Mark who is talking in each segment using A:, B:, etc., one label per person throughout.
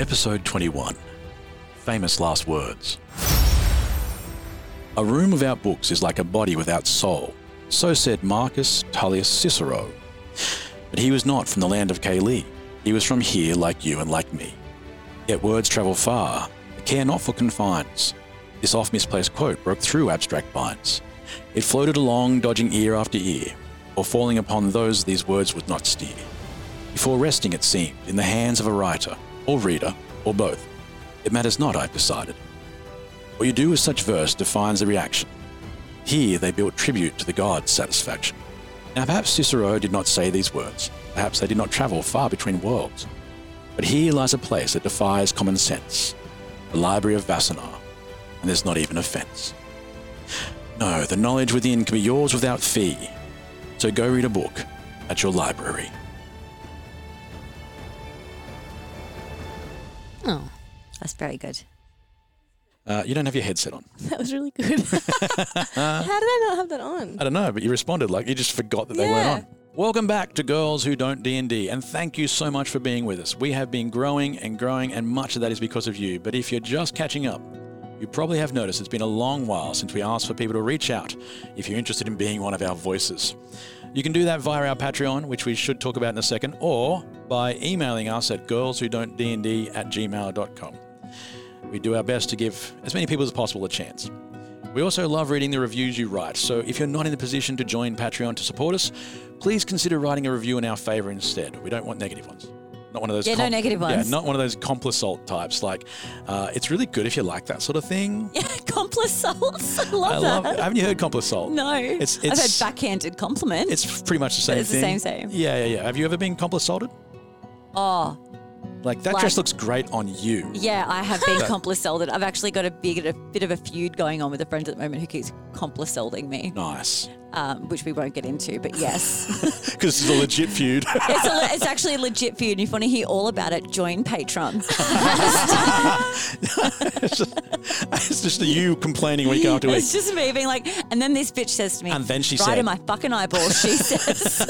A: Episode 21 Famous Last Words. A room without books is like a body without soul, so said Marcus Tullius Cicero. But he was not from the land of Caeli, he was from here like you and like me. Yet words travel far, but care not for confines. This oft misplaced quote broke through abstract binds. It floated along, dodging ear after ear, or falling upon those these words would not steer, before resting, it seemed, in the hands of a writer or reader, or both. It matters not, I've decided. What you do with such verse defines the reaction. Here they built tribute to the god's satisfaction. Now, perhaps Cicero did not say these words, perhaps they did not travel far between worlds. But here lies a place that defies common sense the library of Vassanar, and there's not even a fence. No, the knowledge within can be yours without fee. So go read a book at your library.
B: Oh, that's very good.
A: Uh, you don't have your headset on.
B: That was really good. How did I not have that on?
A: I don't know, but you responded like you just forgot that they
B: Yeah.
A: weren't on. Welcome back to Girls Who Don't D&D and thank you so much for being with us. We have been growing and growing and much of that is because of you. But if you're just catching up, you probably have noticed it's been a long while since we asked for people to reach out if you're interested in being one of our voices. You can do that via our Patreon, which we should talk about in a second, or by emailing us at girlswhodon'tdnd at gmail.com. We do our best to give as many people as possible a chance. We also love reading the reviews you write, so if you're not in the position to join Patreon to support us, please consider writing a review in our favour instead. We don't want negative ones. Not one of those.
B: Yeah, no negative ones.
A: Yeah, not one of those complisalt types. Like, uh, it's really good if you like that sort of thing.
B: Yeah, complis salts. I love
A: I
B: that.
A: love. Haven't you heard complisalt?
B: no.
A: It's
B: I've
A: it's
B: heard backhanded compliment.
A: it's pretty much the same
B: it's the
A: thing.
B: same, same.
A: Yeah, yeah, yeah. Have you ever been complisalted?
B: oh,
A: Like that
B: Like-
A: dress looks great on you.
B: yeah, I have been complis salted. I've actually got a big a bit of a feud going on with a friend at the moment who keeps complis salting me,
A: Nice,
B: um, which we won't get into, but yes.
A: because it's a legit feud.
B: it's, a, le- it's actually a legit feud. And if you want to hear all about it, join Patreon.
A: it's, just, it's just you complaining week after week.
B: it's just me being like, and then this bitch says to me,
A: And then she
B: right
A: said-
B: in my fucking eyeball, she says,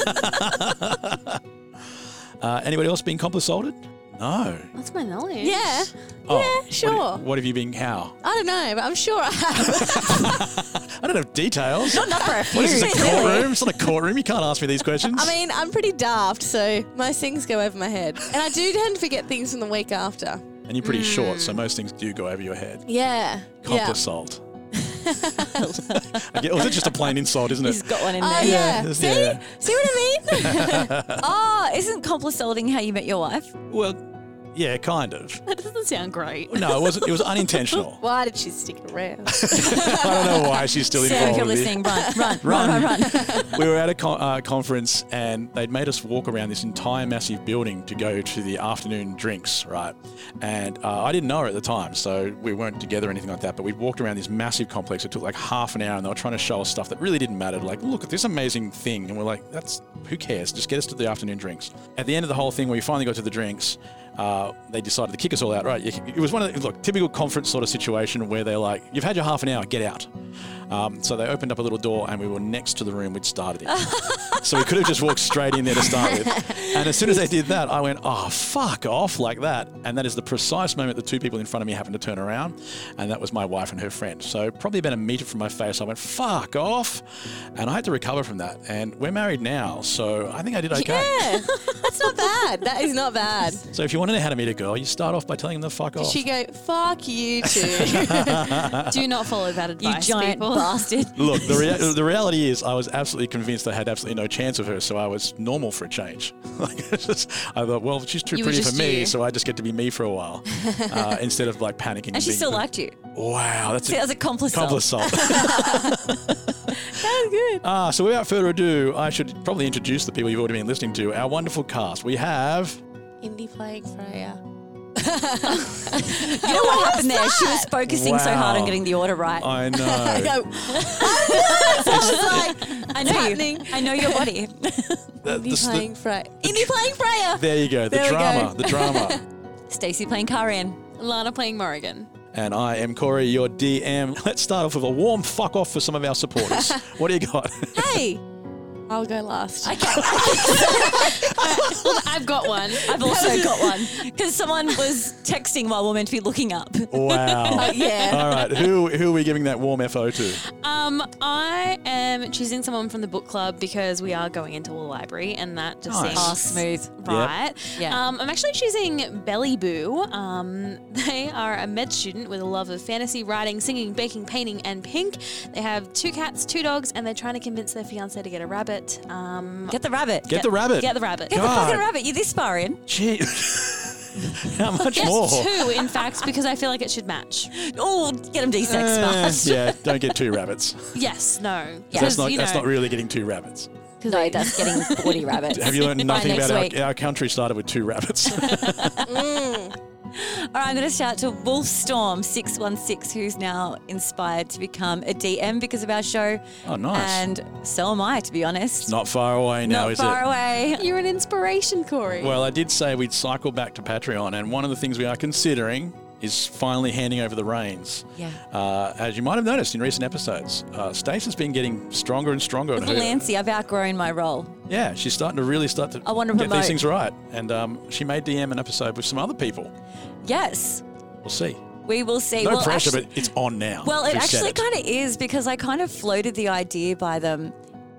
A: Uh, anybody else been complisalted? No.
C: That's my knowledge.
D: Yeah. yeah,
A: Oh, what-
D: sure.
A: What, have you been? How?
B: Uh,
D: I don't know, but I'm sure I have.
A: I don't have details. What
B: not for a feud.
A: is this, a courtroom? It's not a courtroom. You can't ask me these questions.
D: I mean, I'm pretty daft, so most things go over my head. And I do tend to forget things from the week after.
A: and you're pretty short, so most things do go over your head.
D: Yeah. Yeah.
A: Complisalt. I get- or is it just a plain insult, isn't
B: He's
A: it?
B: got one in
D: Oh,
B: there.
D: yeah.
A: Yeah,
D: See?
A: yeah.
D: See what I mean?
B: Oh, isn't complimenting how you met your wife?
A: Well, yeah, kind of.
C: That doesn't sound great.
A: No, it wasn't. It was unintentional.
D: Why did she stick around?
A: I don't know why she's still
B: Sarah, if
A: involved.
B: you're
A: with
B: listening,
A: it.
B: run, run, run, run, run.
A: we were at a con- uh, conference and they'd made us walk around this entire massive building to go to the afternoon drinks, right? And uh, I didn't know her at the time, so we weren't together or anything like that. But we walked around this massive complex. It took like half an hour, and they were trying to show us stuff that really didn't matter. Like, look at this amazing thing, and we're like, that's who cares? Just get us to the afternoon drinks. At the end of the whole thing, when we finally got to the drinks. Uh, they decided to kick us all out, right? It was one of the, look, typical conference sort of situation where they're like, you've had your half an hour, get out. Um, so they opened up a little door and we were next to the room we'd started in. so we could have just walked straight in there to start with. And as soon as they did that, I went, oh, fuck off like that. And that is the precise moment the two people in front of me happened to turn around. And that was my wife and her friend. So probably about a meter from my face, I went, fuck off. And I had to recover from that. And we're married now. So I think I did okay.
D: Yeah. That's not bad. That is not bad.
A: So if you want to know how to meet a girl, you start off by telling them the fuck off.
D: She go, fuck you too.
C: Do not follow that
B: You
C: advice,
B: giant
C: people.
B: bastard.
A: Look, the, rea- the reality is, I was absolutely convinced I had absolutely no chance with her, so I was normal for a change. Like, it's just, I thought, well, she's too
C: You were
A: pretty for
C: just
A: me,
C: you.
A: so I just get to be me for a while uh, instead of like panicking.
B: And she
A: being-
B: still liked you.
A: Wow, that's
B: See, that was a complisol.
A: Complisol.
D: That's good.
A: Ah, so without further ado, I should probably introduce the people you've already been listening to. Our wonderful cast. We have.
D: Indie playing Freya.
B: You know what happened there? She was focusing so hard
A: Wow.
B: on getting the order right.
A: I know.
D: Go. I was like,
B: I know you. I know your body.
A: The- the-
D: Indie
A: the-
D: playing Freya.
B: Indie playing Freya.
A: there you go. The
D: There we go.
A: drama. The drama.
B: Stacey playing Karen.
C: Lana playing Morrigan.
A: and I am Corey, your DM. Let's start off with a warm fuck off for some of our supporters. what do you got?
D: Hey. I'll go last.
C: I've got one.
B: I've also got one because someone was texting while we're meant to be looking up.
A: wow.
D: yeah.
A: All right. Who who are we giving that warm FO to?
C: Um, I am choosing someone from the book club because we are going into a library, and that just
A: Nice.
C: seems
A: Oh,
B: smooth.
C: right.
B: Yeah.
C: Um, I'm actually choosing Belly Boo. Um, they are a med student with a love of fantasy, writing, singing, baking, painting, and pink. They have two cats, two dogs, and they're trying to convince their fiance to get a rabbit. Um,
B: Get the rabbit.
A: Get the rabbit.
C: Get the rabbit.
A: Get the
B: fucking
A: God.
B: rabbit. You're this far in.
A: Gee. How much more?
C: Just two, in fact, because I feel like it should match.
B: Oh, get him D6
A: Eh,
B: fast.
A: yeah, don't get two rabbits.
C: Yes, no.
A: That's
C: Because,
A: not
C: you
A: that's
C: know-
A: not really getting two rabbits.
B: No, that's getting forty rabbits.
A: Have you learned
B: by
A: nothing
B: next
A: about
B: week.
A: our, our country started with two rabbits?
B: All right, I'm going to shout to Wolfstorm616, who's now inspired to become a DM because of our show.
A: Oh, nice.
B: And so am I, to be honest.
A: Not far away now,
B: Not
A: is
B: far
A: it?
B: away.
D: You're an inspiration, Corey.
A: Well, I did say we'd cycle back to Patreon, and one of the things we are considering is finally handing over the reins.
B: Yeah.
A: Uh, as you might have noticed in recent episodes, uh, Stace has been getting stronger and stronger. in her-
B: Lancy, I've outgrown my role.
A: Yeah, she's starting to really start to
B: I wanna
A: get these
B: promote.
A: things right. And um, she may DM an episode with some other people.
B: Yes,
A: We'll see.
B: we will see.
A: No
B: Well,
A: pressure,
B: actually-
A: but it's on now.
B: Well, it
A: We've said
B: actually kind of is because I kind of floated the idea by them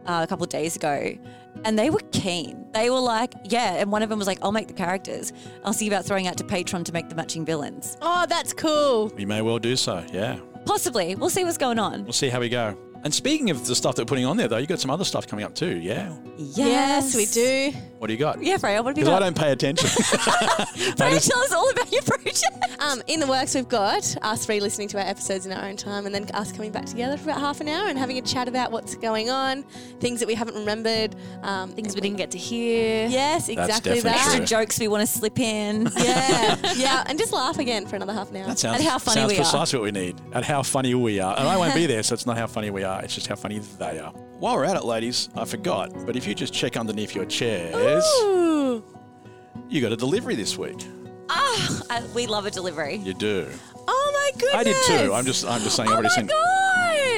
B: uh, a couple of days ago, and they were keen. They were like, "Yeah," and one of them was like, "I'll make the characters." I was thinking about throwing out to Patreon to make the matching villains.
D: oh, that's cool.
A: We may well do so. Yeah,
B: Possibly, we'll see what's going on.
A: we'll see how we go. And speaking of the stuff that we're putting on there, though, you got some other stuff coming up too. Yeah.
B: Yes,
D: we do.
A: What do you got?
B: Yeah, Freya, what have you
A: Because I
B: got?
A: don't pay attention.
B: Freya, tell us all about your project.
D: Um, in the works, we've got us re listening to our episodes in our own time and then us coming back together for about half an hour and having a chat about what's going on, things that we haven't remembered. Um,
C: Things we didn't get to hear.
D: Yes, exactly
A: definitely
B: Extra
A: true.
D: that.
B: jokes we want to slip in.
D: Yeah, yeah, and just laugh again for another half an hour.
A: That sounds,
B: At how funny
A: sounds
B: we are.
A: precisely what we need. At how funny we are. And I won't be there, so it's not how funny we are, it's just how funny they are. While we're at it, ladies, I forgot, but if you just check underneath your chairs,
B: Oh,
D: Ooh.
A: you got a delivery this week.
B: Ah, I- we love a delivery.
A: You do.
D: Oh my goodness.
A: I did too. I'm just I'm just saying I
B: Oh
A: already
B: my
A: sent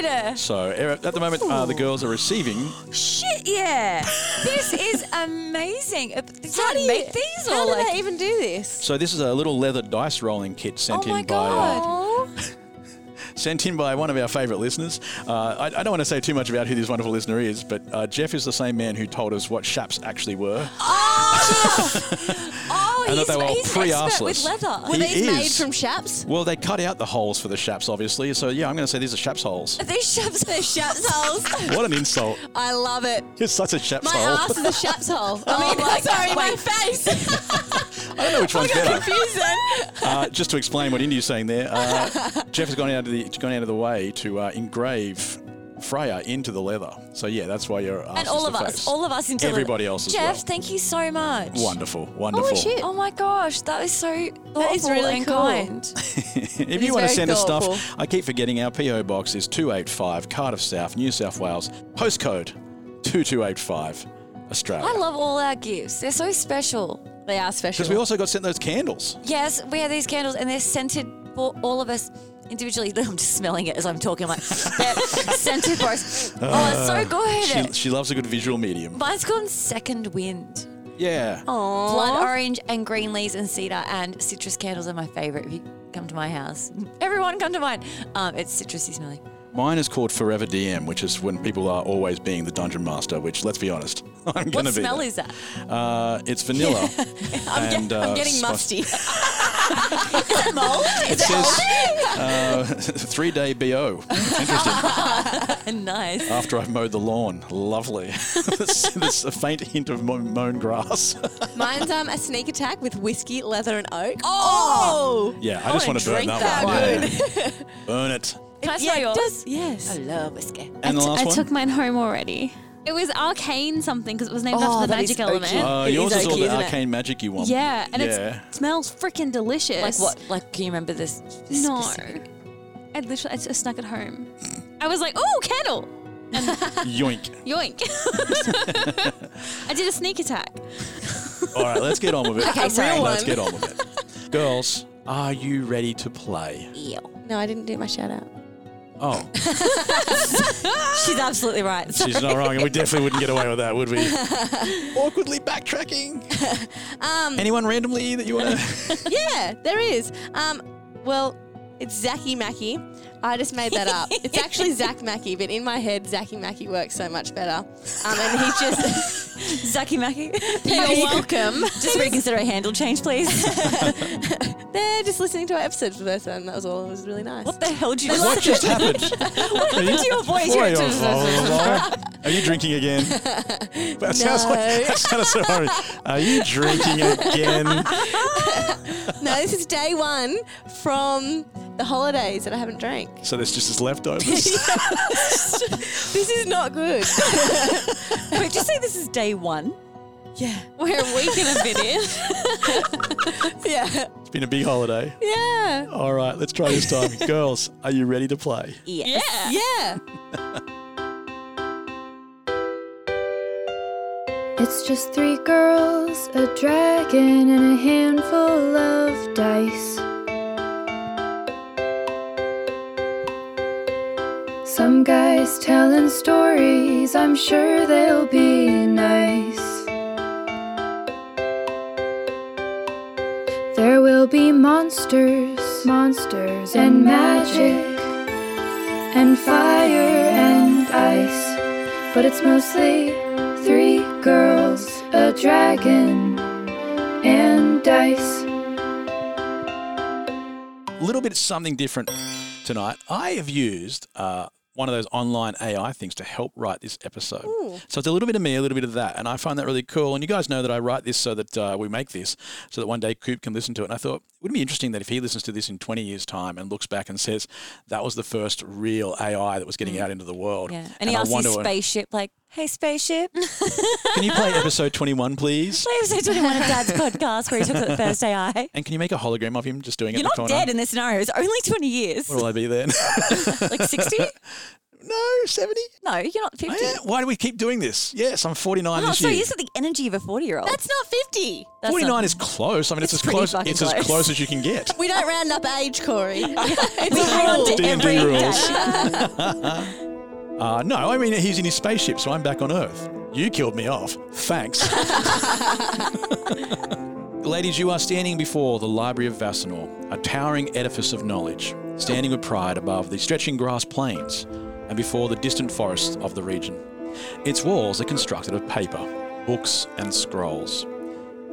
B: god!
A: so er, at the moment uh, the girls are receiving
B: Shit, yeah. this is amazing. Uh, Did
D: How do
B: you
D: you-
B: make these
D: How
B: or
D: do
B: like?
D: they even do this?
A: so this is a little leather dice rolling kit sent
B: oh my
A: in by uh,
B: god!
A: sent in by one of our favourite listeners. Uh, I, I don't want to say too much about who this wonderful listener is, but uh, Jeff is the same man who told us what shaps actually were.
B: Oh,
A: I thought
B: he's,
A: they were
B: he's an
A: pretty
B: expert with
A: arseless.
B: leather.
D: Were
A: He
D: these made
A: is.
D: from shaps?
A: Well, they cut out the holes for the shaps, obviously. So yeah, I'm going to say these are shaps holes.
B: Are these shops are shops
A: What an insult!
D: I love it.
A: It's such a shaps
D: My
A: hole.
D: ass is a shaps hole. I
B: Oh
D: mean,
B: my
D: sorry,
B: God,
D: my
B: wait.
D: face.
A: I don't know which one's better.
D: Confusing.
A: Uh, just to explain what Indy's saying there, uh, Jeff has gone out of the gone out of the way to uh, engrave Freya into the leather. So yeah, that's why you're
B: And all of us, all of us into
A: Everybody else as
B: Jeff,
A: well.
B: thank you so much.
A: Wonderful, wonderful.
D: shit.
B: Oh my gosh, that is so thoughtful
D: is really
B: and
D: cool.
B: kind.
A: if you
D: He's
A: want to
D: very
A: send us stuff,
D: thoughtful.
A: I keep forgetting our PO box is 285 Cardiff South, New South Wales, postcode 2285 Australia.
B: I love all our gifts. They're so special.
D: They are special.
A: because we also got sent those candles.
B: Yes, we have these candles and they're scented for all of us individually. I'm just smelling it as I'm talking. I'm like, they're scented for us. Oh, it's so good.
A: Uh, She, she loves a good visual medium.
B: Mine's called Second Wind.
A: Yeah.
B: Blood orange and green leaves and cedar and citrus candles are my favourite. If you come to my house, everyone come to mine. Um, it's citrusy smelling.
A: Mine is called Forever DM, which is when people are always being the dungeon master. Which, let's be honest, I'm
B: What
A: going to be.
B: smell
A: there.
B: is that?
A: Uh, it's vanilla. I'm, and, uh,
D: I'm getting
A: spice-
D: musty.
A: It says uh, three day bo. Interesting.
B: nice.
A: After I've mowed the lawn, lovely. There's a faint hint of mo- mown grass.
D: Mine's um, a sneak attack with whiskey, leather, and oak. Oh!
A: yeah, I, just
D: wanna
A: want to burn
D: drink
A: that,
D: that
A: one. Yeah. burn it.
C: Can I smell yours?
B: does. I
D: Yes.
B: love whiskey.
C: I
A: And the
C: t-
A: last
C: I
A: one?
C: took mine home already. It was arcane something because it was named
B: Oh,
C: after the
B: that is
C: magic
B: so
C: element.
B: cute.
A: Uh,
B: It
A: yours
B: is
A: is all
B: oaky,
A: the
B: isn't it?
A: arcane magic you want.
C: Yeah, and
A: Yeah.
C: it smells freaking
B: Like
C: delicious.
B: what? Like, can you remember this? this
C: No.
B: specific-
C: I literally I just snuck it home. I was like, "Oh, kettle,
A: Yoink.
C: yoink!" I did a sneak attack.
A: All right, let's get on with it.
D: Okay, A sorry. real
A: Let's
D: one.
A: get on with it. Girls, are you ready to play?
D: Uh, No, I didn't do my shout out.
A: Oh,
B: She's absolutely right.
A: she's not wrong, and we definitely wouldn't get away with that, would we? Awkwardly backtracking.
D: Um,
A: Anyone randomly that you want to?
D: yeah, there is. Um, well, it's Zacky Mackey. I just made that up. It's actually Zach Mackey, but in my head, Zacky Mackey works so much better. Um, and he's just
B: Zaki Maki.
D: You're welcome.
B: Just reconsider a handle change, please.
D: they're just listening to our episode for the first time. That was all. It was really nice.
B: what the hell did you
A: what
B: just
A: just happened? oh, what happened
B: to your voice? You went to-
A: oh. Are you drinking again? That sounds like that sounded so horrible. Are you drinking again?
D: No, this is day one from the holidays that I haven't drank.
A: So there's just his leftovers.
D: This is not good.
B: Wait, just say this is day one.
D: yeah.
C: Where are we gonna fit in?
D: Yeah.
A: It's been a big holiday.
D: Yeah.
A: All right, let's try this time. Girls, are you ready to play?
B: Yes.
D: Yeah.
E: It's just three girls, a dragon, and a handful of dice. Some guys telling stories, I'm sure they'll be nice. There will be monsters, monsters, and magic, and fire and ice but it's mostly three girls, a dragon, and dice.
A: A little bit something different tonight. I have used uh, one of those online AI things to help write this episode. So it's a little bit of me, a little bit of that, and I find that really cool. And you guys know that I write this so that uh, we make this, so that one day Coop can listen to it. And I thought it would be interesting that if he listens to this in 20 years' time and looks back and says that was the first real AI that was getting out into the world.
B: Mm. Yeah. And he asked his spaceship, like, hey, spaceship,
A: can you play episode 21, please?
B: play episode 21 of Dad's podcast where he talks about Thursday Eye.
A: And can you make a hologram of him just doing
B: You're
A: it in the
B: not
A: corner?
B: dead in this scenario. It's only 20 years.
A: What will I be then?
B: like 60?
A: no, 70?
B: No, you're not 50.
A: Oh, Yeah, why do we keep doing this? Yes, I'm 49
B: Oh,
A: this
B: so
A: year.
B: you got the energy of a 40 year old.
D: That's not 50.
B: That's
A: 49
B: not-
A: is close. I mean, it's,
B: It's
A: as
B: pretty
A: close.
B: fucking
A: It's as
B: close.
A: close as you can get.
D: We don't round up age, Corey.
B: we hang on to
A: D&D
B: every day.
A: rules. Uh, no, I mean he's in his spaceship, so I'm back on Earth. You killed me off. Thanks. Ladies, you are standing before the Library of Vassanor, a towering edifice of knowledge, standing with pride above the stretching grass plains and before the distant forests of the region. Its walls are constructed of paper, books, and scrolls.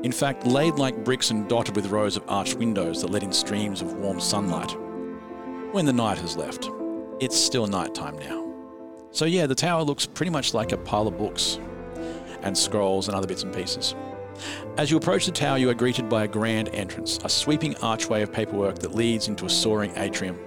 A: In fact, laid like bricks and dotted with rows of arched windows that let in streams of warm sunlight. When the night has left, it's still nighttime now. So yeah, the tower looks pretty much like a pile of books and scrolls and other bits and pieces. As you approach the tower, you are greeted by a grand entrance, a sweeping archway of paperwork that leads into a soaring atrium.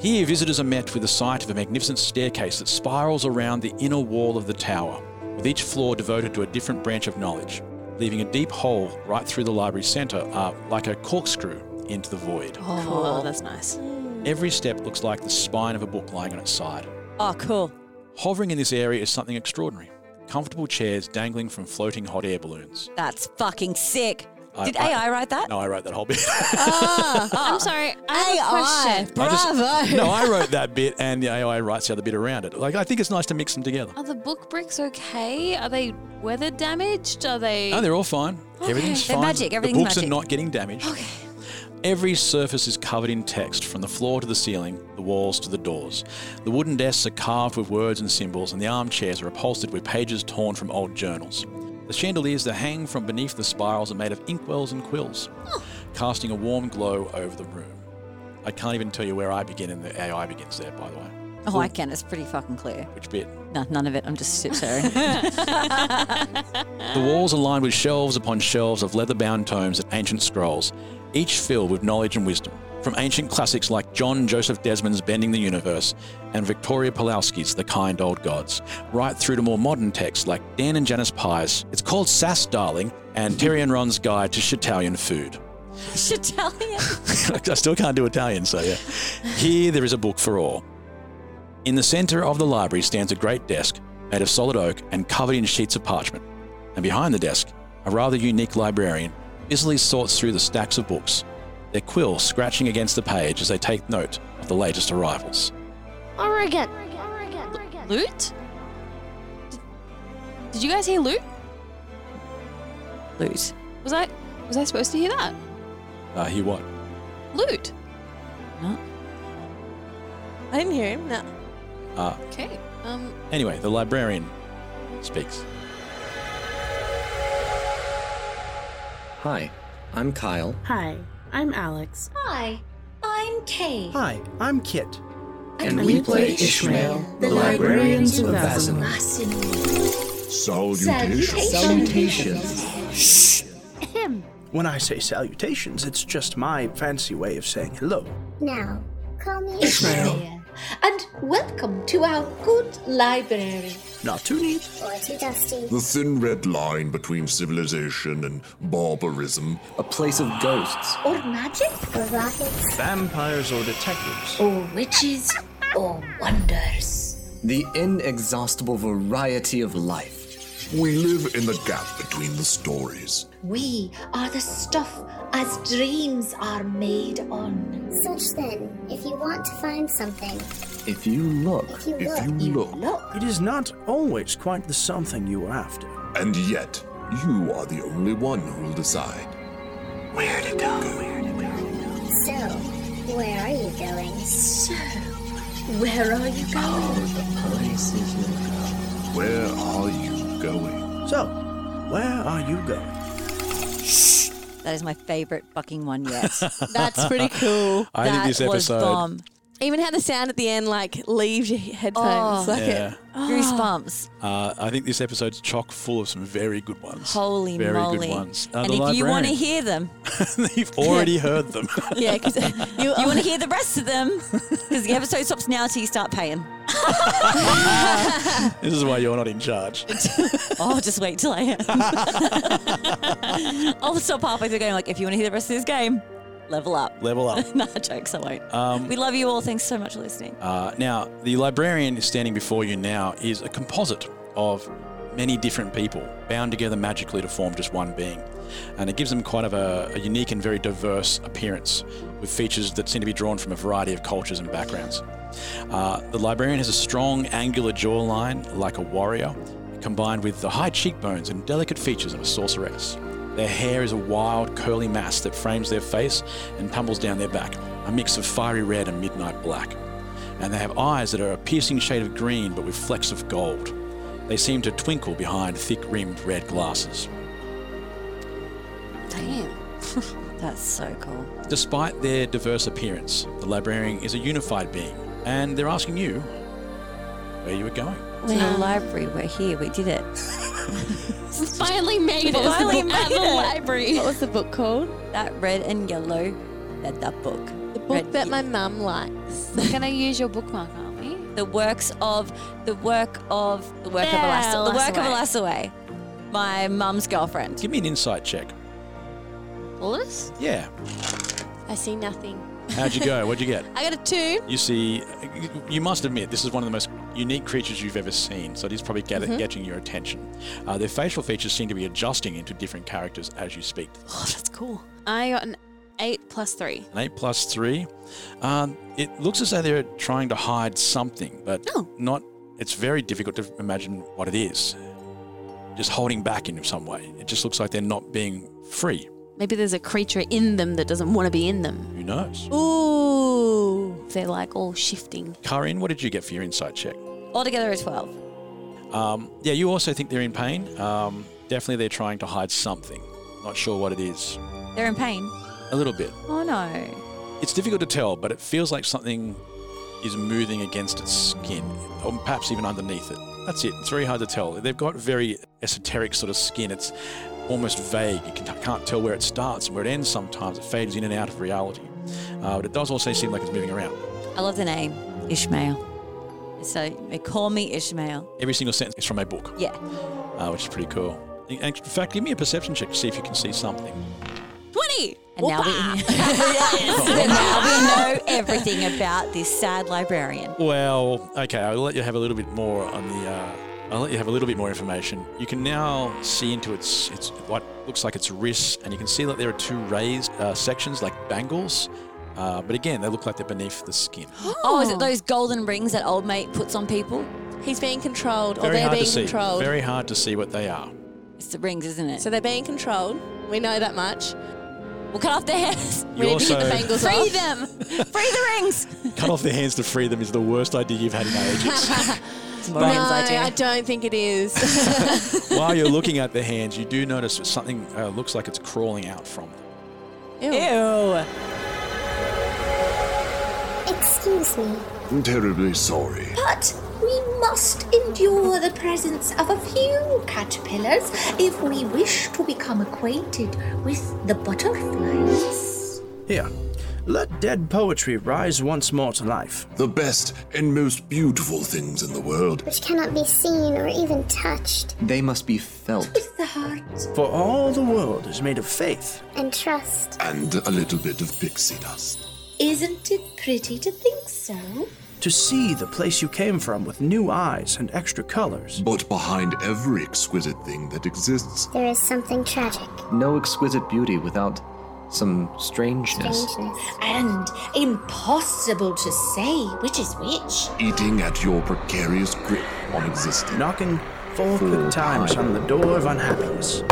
A: Here, visitors are met with the sight of a magnificent staircase that spirals around the inner wall of the tower, with each floor devoted to a different branch of knowledge, leaving a deep hole right through the library centre, uh, like a corkscrew into the void.
C: Oh, that's nice.
A: Every step looks like the spine of a book lying on its side.
B: Oh, cool.
A: Hovering in this area is something extraordinary. Comfortable chairs dangling from floating hot air balloons.
B: That's fucking sick.
A: I-
B: Did
A: I-
B: AI write that? Ah,
A: No, I wrote that whole bit.
C: I'm sorry. I have a
D: AI.
C: question.
A: I just-
D: Bravo.
A: no, I wrote that bit and the AI writes the other bit around it. Like, I think it's nice to mix them together.
C: Are the book bricks okay? Are they weather damaged? Are they?
A: No, they're all fine. Everything's
B: They're
A: fine.
B: magic. Everything's
A: the books
B: magic.
A: are not getting damaged. Okay. Every surface is covered in text, from the floor to the ceiling, the walls to the doors. The wooden desks are carved with words and symbols, and the armchairs are upholstered with pages torn from old journals. The chandeliers that hang from beneath the spirals are made of inkwells and quills, casting a warm glow over the room. I can't even tell you where I begin and the AI begins there, by the way.
B: oh, I can. It's pretty fucking clear.
A: Which bit?
B: No, none of it. I'm just shit sharing.
A: The walls are lined with shelves upon shelves of leather bound tomes and ancient scrolls, each filled with knowledge and wisdom, From ancient classics like John Joseph Desmond's Bending the Universe and Victoria Pulowski's The Kind Old Gods, right through to more modern texts like Dan and Janice Pye's It's Called Sass Darling and Terry and Ron's Guide to Italian Food.
B: Italian.
A: I still can't do Italian, so yeah. Here there is a book for all. In the centre of the library stands a great desk made of solid oak and covered in sheets of parchment. And behind the desk, a rather unique librarian busily sorts through the stacks of books, their quill scratching against the page as they take note of the latest arrivals.
F: Oregon.
C: Loot? Did you guys hear loot?
B: Loot.
C: Was I was I supposed to hear that?
A: Uh, he what?
C: Loot.
D: I didn't hear him. No.
A: Uh,
C: Okay. Um.
A: anyway, the librarian speaks.
G: Hi, I'm Kyle.
H: Hi, I'm Alex.
F: Hi, I'm Kate.
I: Hi, I'm Kit.
G: And
H: we play Ishmael, the librarians of Asimov.
F: Salutations.
G: Salutations.
I: When I say salutations, it's just my fancy way of saying hello.
F: Now, call me Ishmael. And welcome to our good library.
I: Not too neat.
F: Or too dusty.
J: The thin red line between civilization and barbarism.
G: A place of ghosts.
F: Or magic. Or rockets.
I: Vampires or detectives.
F: Or witches. or wonders.
G: The inexhaustible variety of life.
J: We live in the gap between the stories.
F: We are the stuff as dreams are made on. Search then, if you want to find something.
G: If you look,
F: If you
J: If
F: look,
J: you look.
I: It is not always quite the something you were after.
J: And yet, you are the only one who'll decide. Where to go? Where to go?
F: So, where are you going? So, where are you
C: Oh,
F: going?
J: Where are you going?
I: So, where are you going?
B: That is my favorite fucking one yet.
D: That's pretty cool.
A: I did
B: That
A: this
B: was
A: episode.
B: bomb.
D: Even had the sound at the end like leave your headphones.
B: Oh.
D: like it-
A: Yeah.
B: Goosebumps.
A: Uh, I think this episode's chock full of some very good ones.
B: Holy
A: very
B: moly.
A: good ones. Uh,
B: and
A: the
B: if you want to hear
A: librarian.
B: them,
A: You've already heard them.
D: Yeah, because you,
B: you want to hear the rest of them because the episode stops now till you start paying.
A: this is why you're not in charge.
B: Oh, just wait till I am. I'll stop halfway through the game. Like, if you want to hear the rest of this game, level up.
A: Level up.
B: nah, jokes, I won't.
A: Um,
B: we love you all. Thanks so much for listening.
A: Uh, now, the librarian standing before you now is a composite of many different people bound together magically to form just one being. And it gives them quite of a, a unique and very diverse appearance with features that seem to be drawn from a variety of cultures and backgrounds. Uh, the librarian has a strong, angular jawline like a warrior, combined with the high cheekbones and delicate features of a sorceress. Their hair is a wild, curly mass that frames their face and tumbles down their back, a mix of fiery red and midnight black and they have eyes that are a piercing shade of green but with flecks of gold. They seem to twinkle behind thick rimmed red glasses.
B: That's so cool.
A: Despite their diverse appearance, the librarian is a unified being, and they're asking you where you are going.
B: We're in
C: Um,
B: a library. We're here. We did it.
C: Finally made it.
B: finally
C: at
B: made
C: the
B: it.
C: library.
D: what was the book called?
B: That red and yellow, that, that book.
D: The book
B: Red-
D: that my mum likes.
C: Can I use your bookmark, aren't we?
B: The works of, the work of, the work
C: Bella
B: of Elassa, the work
C: Lassaway.
B: of Elassa my mum's girlfriend.
A: Give me an insight check.
C: Plus?
A: Yeah.
D: I see nothing.
A: How'd you go? What'd you get?
D: I got a two.
A: You see, you must admit, this is one of the most unique creatures you've ever seen, so it is probably get- catching your attention. Uh, their facial features seem to be adjusting into different characters as you speak to them.
C: Oh, that's cool. I got an eight plus three.
A: an eight plus three. Um, it looks as though they're trying to hide something, but
C: Oh.
A: not. It's very difficult to imagine what it is. Just holding back in some way. It just looks like they're not being free.
C: Maybe there's a creature in them that doesn't want to be in them.
A: Who knows?
C: Ooh. They're like all shifting.
A: Karin, what did you get for your insight check?
B: Altogether a 12.
A: Um, yeah, you also think they're in pain. Um, definitely, they're trying to hide something. Not sure what it is.
B: They're in pain.
A: A little bit.
B: Oh no.
A: It's difficult to tell, but it feels like something is moving against its skin, or perhaps even underneath it. That's it. It's very hard to tell. They've got very esoteric sort of skin. It's almost vague. You can, can't tell where it starts and where it ends sometimes. It fades in and out of reality. Uh, but it does also seem like it's moving around.
B: I love the name Ishmael. So they call me Ishmael.
A: Every single sentence is from a book,
B: Yeah.
A: uh, which is pretty cool. In in fact, give me a perception check to see if you can see something.
B: 20! And now, we, and now we know everything about this sad librarian.
A: Well, okay, I'll let you have a little bit more on the. Uh, I'll let you have a little bit more information. You can now see into its its what looks like its wrists, and you can see that there are two raised uh, sections like bangles, uh, but again, they look like they're beneath the skin.
B: Oh. is it those golden rings that old mate puts on people?
D: He's being controlled, or
A: Very
D: they're
A: hard
D: being
A: to see.
D: controlled.
A: Very hard to see what they are.
B: It's the rings, isn't it?
D: So they're being controlled. We know that much.
B: We'll cut off their hands.
A: You
D: we need to get the bangles
A: also-
B: Free
D: off.
B: them! Free the rings!
A: Cut off their hands to free them is the worst idea you've had in ages.
D: no, I don't think it is.
A: While you're looking at the hands, you do notice that something uh, looks like it's crawling out from them.
D: Ew.
F: Excuse me,
J: I'm terribly sorry.
F: but we must endure the presence of a few caterpillars if we wish to become acquainted with the butterflies.
I: Here, let dead poetry rise once more to life.
J: The best and most beautiful things in the world.
F: Which cannot be seen or even touched
G: They must be felt.
F: with the heart
I: For all the world is made of faith.
F: and trust.
J: And a little bit of pixie dust.
F: Isn't it pretty to think so?
I: To see the place you came from with new eyes and extra colors.
J: But behind every exquisite thing that exists,
F: There is something tragic.
G: No exquisite beauty without some strangeness.
F: And impossible to say which is which.
J: eating at your precarious grip on existence.
I: Knocking four quick times on the door of unhappiness.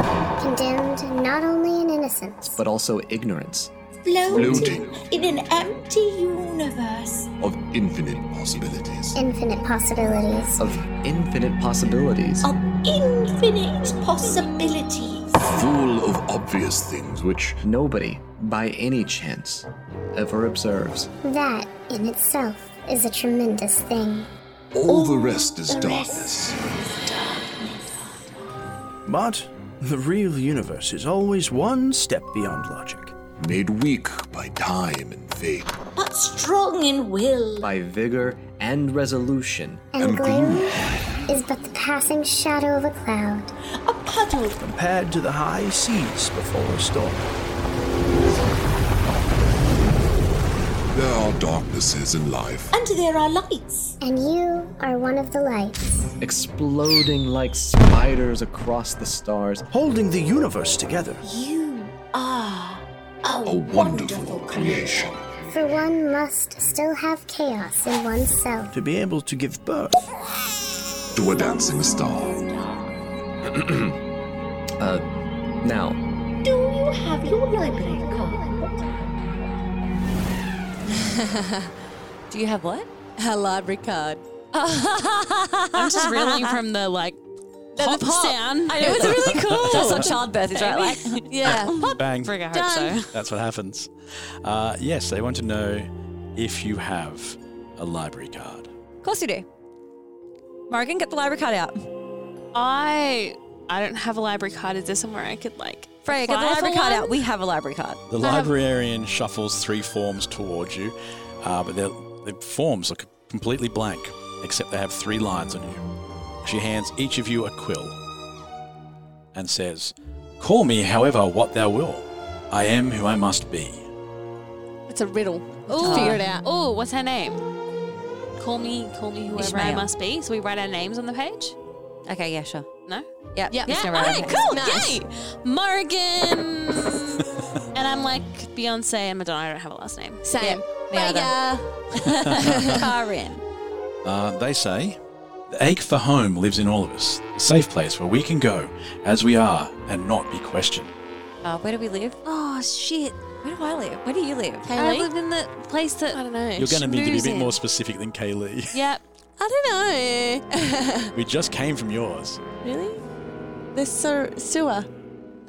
F: Condemned not only in innocence,
G: But also ignorance
F: floating,
J: Floating.
F: in an empty universe.
J: Of infinite possibilities.
F: Infinite possibilities.
G: of infinite possibilities.
F: Of infinite possibilities.
J: Full of obvious things which
G: Nobody, by any chance, ever observes.
F: That in itself is a tremendous thing.
J: all the rest is
F: the
J: darkness.
I: But the real universe is always one step beyond logic.
J: Made weak by time and fate.
F: But strong in will.
G: By vigor and resolution,
F: And gloom is but the passing shadow of a cloud. A puddle.
I: Compared to the high seas before a storm.
J: There are darknesses in life.
F: And there are lights. And you are one of the lights.
G: exploding like spiders across the stars.
I: Holding the universe together.
F: You are a,
J: A wonderful creation.
F: For one must still have chaos in oneself.
I: To be able to give birth.
J: To a dancing star.
G: Uh, now,
F: Do you have your library card?
B: Do you have what?
D: Her library card.
C: I'm just reeling from the like pop, sound.
B: I know, it was really cool. That's what childbirth is, right? Like,
D: Yeah.
A: Bang!
C: Frig, I hope so.
A: That's what happens. Uh, yes, they want to know if you have a library card.
B: of course you do. Morgan, get the library card out.
C: I I don't have a library card. Is there somewhere I could like
B: Freya, get the
C: apply for
B: library card
C: one?
B: out. We have a library card.
A: The librarian shuffles three forms towards you, uh, but their- the forms look completely blank, except they have three lines on you. She hands each of you a quill and says, Call me, however, what thou will. I am who I must be.
D: It's a riddle.
C: Ooh.
D: To figure it out.
C: Oh, what's her name? Call me, call me whoever I
B: Ishmael.
C: must be. So we write our names on the page.
B: Okay, yeah, sure.
C: No.
B: Yep.
D: Yep.
B: it's
C: Yeah.
B: no right
C: okay.
B: or wrong.
C: Cool.
D: Nice.
C: Yay. Morgan. and I'm like Beyonce and Madonna. I don't have a last name.
D: Same.
B: Yeah,
D: Yeah.
B: Karen.
A: Uh, they say, The ache for home lives in all of us, a safe place where we can go as we are and not be questioned.
B: Uh, where do we live? Oh, shit. Where do I live? Where do you live?
C: I live in the place that
D: I don't know.
A: You're going to need to be a
C: Schmoozing.
A: bit more specific than Kaylee.
C: Yep.
D: I don't know.
A: we just came from yours.
D: Really? The sur- sewer.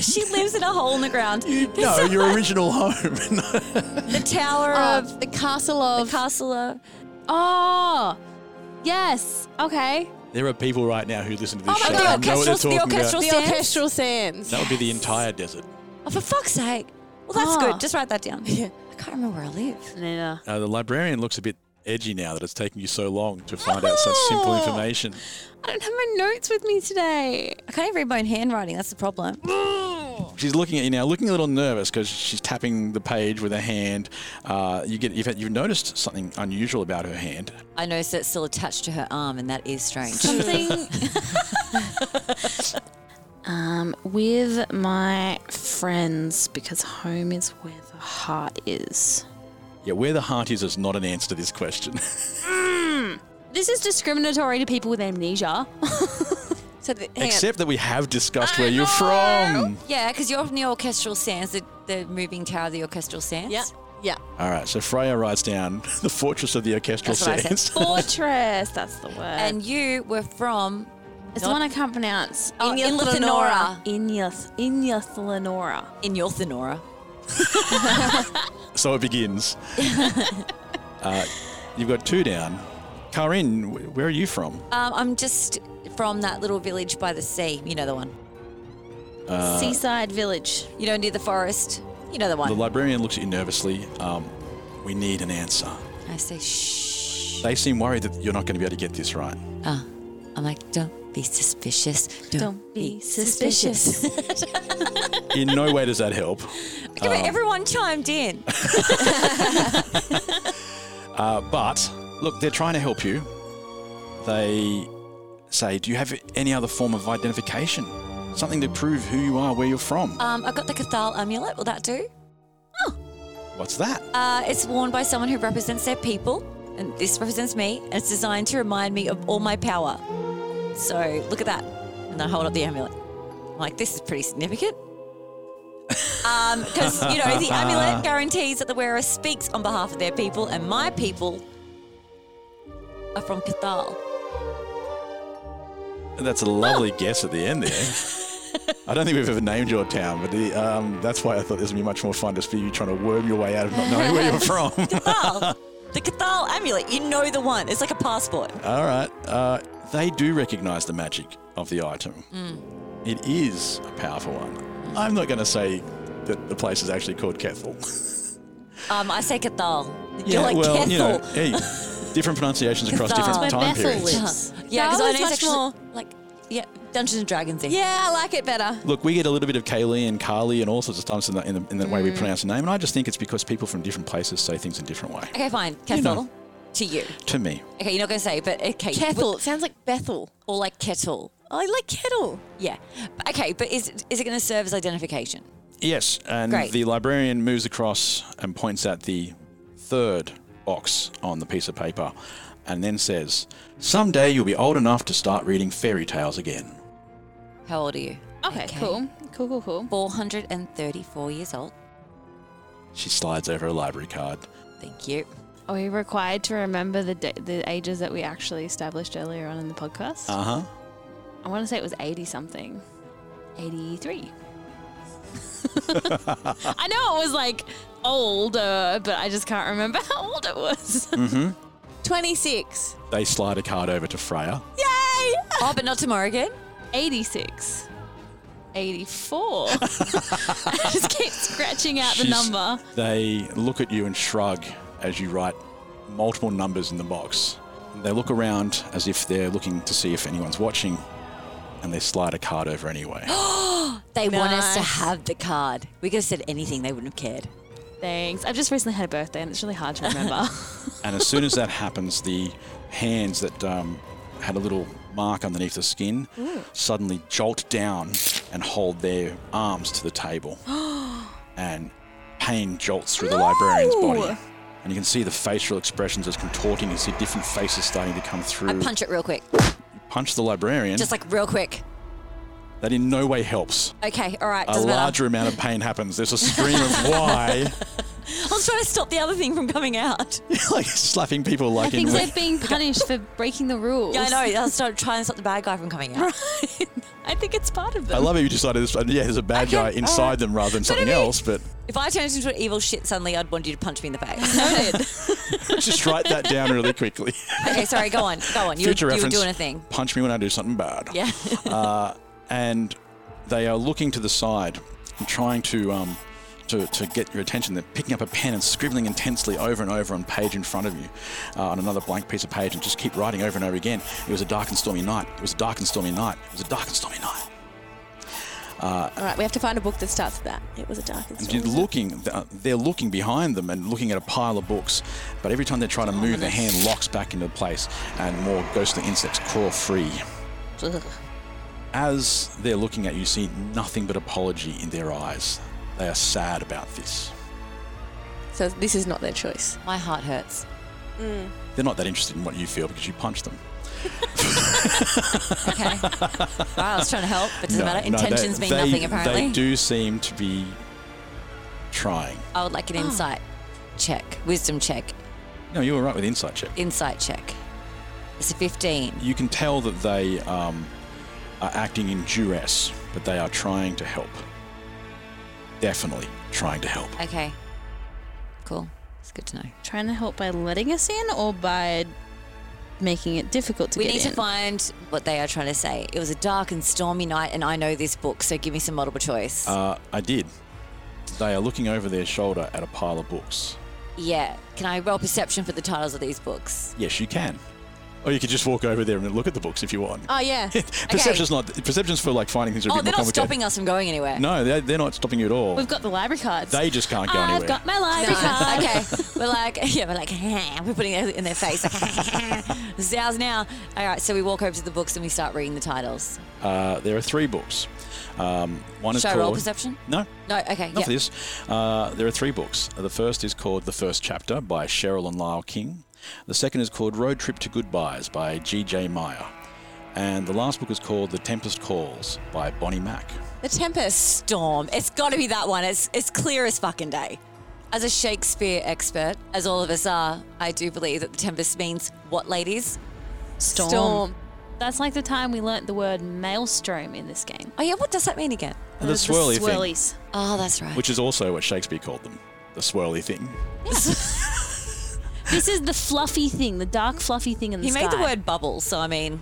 B: she lives in a hole in the ground.
A: No, your original home.
B: The tower of
D: Of the castle
B: the
D: of.
B: castle of.
C: Oh. Yes. Okay.
A: There are people right now who listen to this
B: Oh my
A: show
B: God,
A: and know what they're
B: orchestral- the
A: talking
B: orchestral
A: about.
D: the
B: Sands?
D: orchestral sands.
A: That would be the entire desert.
B: Oh, for fuck's sake. Well, that's
C: Ah.
B: good. Just write that down. I can't remember where I live.
C: Neither.
A: Uh, the librarian looks a bit edgy now that it's taken you so long to find out such
B: Oh.
A: simple information.
C: I don't have my notes with me today.
B: I can't even read my own handwriting. That's the problem.
A: She's looking at you now, looking a little nervous because she's tapping the page with her hand. Uh, you get, you've, you've noticed something unusual about her hand.
B: I noticed it's still attached to her arm, and that is strange.
C: Something.
K: Um, with my friends because home is where the heart is.
A: Yeah, where the heart is is not an answer to this question.
C: This is discriminatory to people with amnesia.
D: so the,
A: Except that we have discussed where you're from.
B: Yeah, because you're from the orchestral sands, the, the moving tower of the orchestral sands. Yeah.
D: Yeah.
A: All right, so Freya writes down the fortress of the orchestral
B: That's what I said.
A: sands.
K: Fortress, that's the word.
B: And you were from.
K: it's the one I can't pronounce.
B: Oh, Inlith Lenora.
K: Inlith Inlith Lenora.
B: In your Thenora.
A: so it begins. uh, you've got two down. Karin, wh- where are you from?
B: Um, I'm just from that little village by the sea. You know the one.
A: Uh,
K: Seaside village.
B: You know, near the forest. You know the one.
A: The librarian looks at you nervously. Um, we need an answer.
B: I say, shh.
A: They seem worried that you're not going to be able to get this right.
B: Ah, I'm like, don't be suspicious. Don't, be
K: suspicious.
B: suspicious.
A: In no way does that help.
B: Yeah, but
A: Um,
B: everyone chimed in.
A: Uh, but look, they're trying to help you. They say, "Do you have any other form of identification? Something to prove who you are, where you're from?
B: Um, I got the Cathal amulet. Will that do?
A: What's that?"
B: Uh, it's worn by someone who represents their people, and this represents me, and it's designed to remind me of all my power. So look at that. And I hold up the amulet. I'm like, this is pretty significant. Because, you know, the amulet guarantees that the wearer speaks on behalf of their people, and my people are from Cathal.
A: That's a lovely guess at the end there. I don't think we've ever named your town, but the, um, that's why I thought this would be much more fun just for you trying to worm your way out of not knowing where you're from.
B: Cathal. the Cathal amulet. You know the one. It's like a passport.
A: All right. Uh, they do recognise the magic of the item.
B: Mm.
A: It is a powerful one. I'm not going to say that the place is actually called Kethel.
B: Um, I say Cathal. You're like
A: well,
B: Cathal.
A: you know, hey, different pronunciations across different time periods.
B: Uh-huh. Yeah, because I
D: Cathal is
B: know it's
D: much
B: actually
D: more-
B: like yeah, Dungeons and Dragons. thing.
D: Yeah, I like it better.
A: Look, we get a little bit of Kaylee and Carly and all sorts of stuff in the, in the, in the way we
B: Mm.
A: pronounce the name, and I just think it's because people from different places say things in different way.
B: Okay, fine. Cathal
A: You know.
B: to you.
A: To me,
B: Okay, you're not going to say, but okay.
D: Kethel.
B: It sounds like Bethel or like kettle. I like kettle. Yeah. But- Okay, but is is it going to serve as identification?
A: Yes, and
B: Great.
A: the librarian moves across and points at the third box on the piece of paper and then says, Someday you'll be old enough to start reading fairy tales again.
B: How old are you?
K: Okay, cool. Cool, cool, cool.
B: 434 years old.
A: She slides over a library card.
B: Thank you.
K: Are we required to remember the da- the ages that we actually established earlier on in the podcast?
A: Uh huh.
K: I want to say it was 80 something. 83. I know it was like older, but I just can't remember how old it was.
A: hmm
D: 26.
A: They slide a card over to Freya.
K: Yay!
B: Oh, but not tomorrow again?
K: 86. 84. I just keep scratching out the
A: She's-
K: number.
A: They look at you and shrug as you write multiple numbers in the box. They look around as if they're looking to see if anyone's watching, and they slide a card over anyway.
B: They want us to
K: Nice.
B: have the card. We could have said anything, they wouldn't have cared.
K: Thanks. I've just recently had a birthday and it's really hard to remember.
A: And as soon as that happens, the hands that um, had a little mark underneath the skin
B: Mm.
A: suddenly jolt down and hold their arms to the table. and pain jolts through the librarian's body. And you can see the facial expressions as contorting. You see different faces starting to come through.
B: I punch it real quick.
A: Punch the librarian.
B: Just like real quick.
A: that in no way helps.
B: Okay, all right.
A: A
B: Doesn't matter.
A: larger amount of pain happens. There's a scream of why,
B: I was trying to stop the other thing from coming out.
A: like slapping people
C: I
A: like
C: think
A: in.
C: they're being punished for breaking the rules.
B: Yeah, I know. I was trying to stop the bad guy from coming out.
C: I think it's part of them.
A: I love how you decided this. Yeah, there's a bad guy inside them rather than something else, but
B: If I turned into an evil shit suddenly, I'd want you to punch me in the face.
A: just write that down really quickly.
B: okay, sorry. Go on. Go on. You,
A: Future
B: you were
A: reference.
B: doing a thing.
A: Punch me when I do something bad.
B: Yeah.
A: uh, and they are looking to the side and trying to um, to, to get your attention. They're picking up a pen and scribbling intensely over and over on page in front of you, uh, on another blank piece of page, and just keep writing over and over again. It was a dark and stormy night. It was a dark and stormy night. It was a dark and stormy night. Uh,
D: All right, we have to find a book that starts with that. It was a dark and
A: and
D: stormy
A: you're looking, th- they're looking behind them and looking at a pile of books, but every time they try to move, their hand locks back into place, and more ghostly insects crawl free. As they're looking at you, you see nothing but apology in their eyes. They are sad about this.
D: So this is not their choice.
B: My heart hurts.
D: Mm.
A: They're not that interested in what you feel because you punched them.
B: okay. Wow, I was trying to help, but doesn't matter. Intentions
A: they,
B: mean
A: they-
B: nothing apparently.
A: They do seem to be trying.
B: I would
K: Ah.
B: like an insight check, wisdom check,
A: No, you were right with insight check.
B: insight check. It's a 15.
A: You can tell that they um, are acting in duress, but they are trying to help. Definitely trying to help.
B: Okay. Cool. It's good to know.
K: Trying to help by letting us in or by making it difficult to
B: we
K: get
B: need
K: in?
B: to find what they are trying to say. It was a dark and stormy night, and I know this book, so give me some multiple choice.
A: Uh, I did. They are looking over their shoulder at a pile of books.
B: yeah. Can I roll perception for the titles of these books?
A: Yes, you can. Or you could just walk over there and look at the books if you want.
B: Oh, yeah.
A: Perception's not. Perception's for like finding things that are
B: Oh,
A: a bit
B: they're
A: more
B: not
A: complicated.
B: stopping us from going anywhere.
A: No, they're, they're not stopping you at all.
C: We've got the library cards.
A: They just can't go
C: I've
A: anywhere.
C: got my library card.
B: okay. We're like, yeah, we're like, we're putting it in their face. Like, this is ours now. All right, so we walk over to the books and we start reading the titles.
A: Uh, there are three books. Um, one is
B: Should I
A: called
B: roll perception?
A: No,
B: No, okay.
A: not
B: yeah.
A: for this. Uh, there are three books. The first is called The First Chapter by Cheryl and Lyle King. The second is called Road Trip to Goodbyes by G.J. Meyer. And the last book is called The Tempest Calls by Bonnie Mack.
B: The Tempest Storm. It's got to be that one. It's it's clear as fucking day. As a Shakespeare expert, as all of us are, I do believe that the Tempest means what, ladies?
C: Storm. That's like the time we learnt the word maelstrom in this game.
B: Oh yeah, what does that mean again?
A: And the swirly thing.
C: swirlies.
B: Oh, that's right.
A: Which is also what Shakespeare called them the swirly thing.
C: This is the fluffy thing, the dark fluffy thing in the
B: He
C: sky.
B: made the word bubble, so I mean,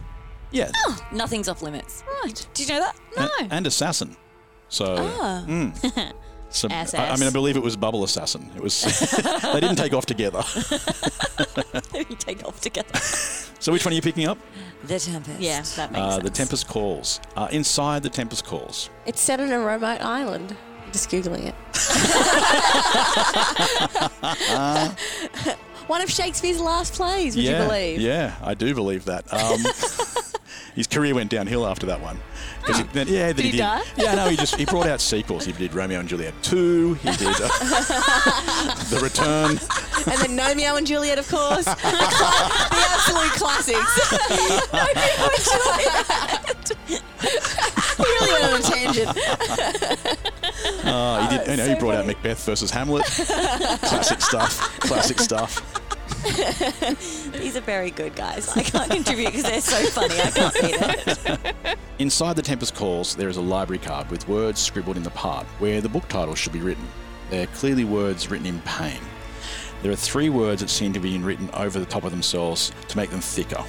A: Yeah.
B: Oh, nothing's off limits.
C: Right.
B: Did you know that?
A: a- And, assassin. So.
B: Ah.
A: mm. So, I, I
B: SS.
A: mean, I believe it was Bubble Assassin. It was. they didn't take off together.
B: They take off together.
A: So, which one are you picking up?
B: The Tempest.
C: Yeah, that
A: Uh, the Tempest Calls. Uh, inside the Tempest Calls.
D: It's set on a remote island. I'm just googling it.
A: Uh,
D: One of Shakespeare's last plays. Would
A: yeah,
D: you believe?
A: Yeah, I do believe that. Um, his career went downhill after that one. 'Cause he- then- yeah, then
C: Did he die?
A: Yeah, no, he just he brought out sequels. He did Romeo and Juliet two. He did uh, The Return.
D: and then Romeo and Juliet, of course. the, cla- the absolute classics. Romeo and Juliet. we really went on a tangent.
A: Uh, he did. you know, he
D: Oh, so
A: brought out Macbeth versus Hamlet. classic stuff. Classic stuff.
B: These are very good guys. I can't contribute because they're so funny. I can't see them.
A: Inside the Tempest Calls, there is a library card with words scribbled in the part where the book title should be written. They are clearly words written in pain. There are three words that seem to be written over the top of themselves to make them thicker.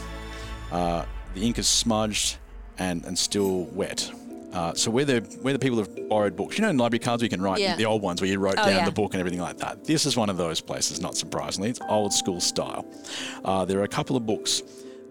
A: Uh, the ink is smudged and, and still wet. Uh, so where the where the people have borrowed books, you know, in library cards where you can write
J: Yeah.
A: the old ones where you wrote
J: Oh,
A: down
J: yeah.
A: the book and everything like that. This is one of those places, not surprisingly. It's old school style. Uh, there are a couple of books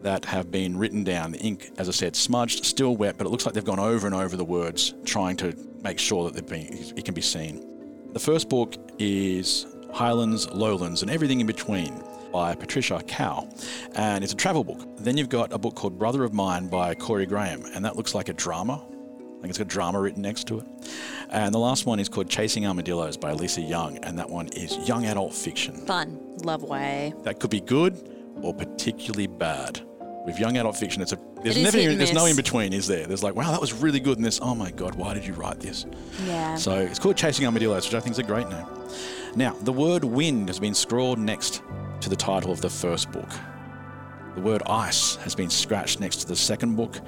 A: that have been written down. The ink, as I said, smudged, still wet, but it looks like they've gone over and over the words, trying to make sure that they've been, it can be seen. The first book is Highlands, Lowlands, and Everything in Between by Patricia Cow, and it's a travel book. Then you've got a book called Brother of Mine by Corey Graham, and that looks like a drama. Like it's got drama written next to it. And the last one is called Chasing Armadillos by Lisa Young, and that one is young adult fiction.
C: Fun. Love way.
A: That could be good or particularly bad. With young adult fiction, it's a there's
C: It is
A: never
C: hit
A: even,
C: and
A: there's no
C: miss.
A: in between, is there? There's like, wow, that was really good, and this, oh my god, why did you write this?
C: Yeah.
A: So it's called Chasing Armadillos, which I think is a great name. Now, the word wind has been scrawled next to the title of the first book. The word ice has been scratched next to the second book.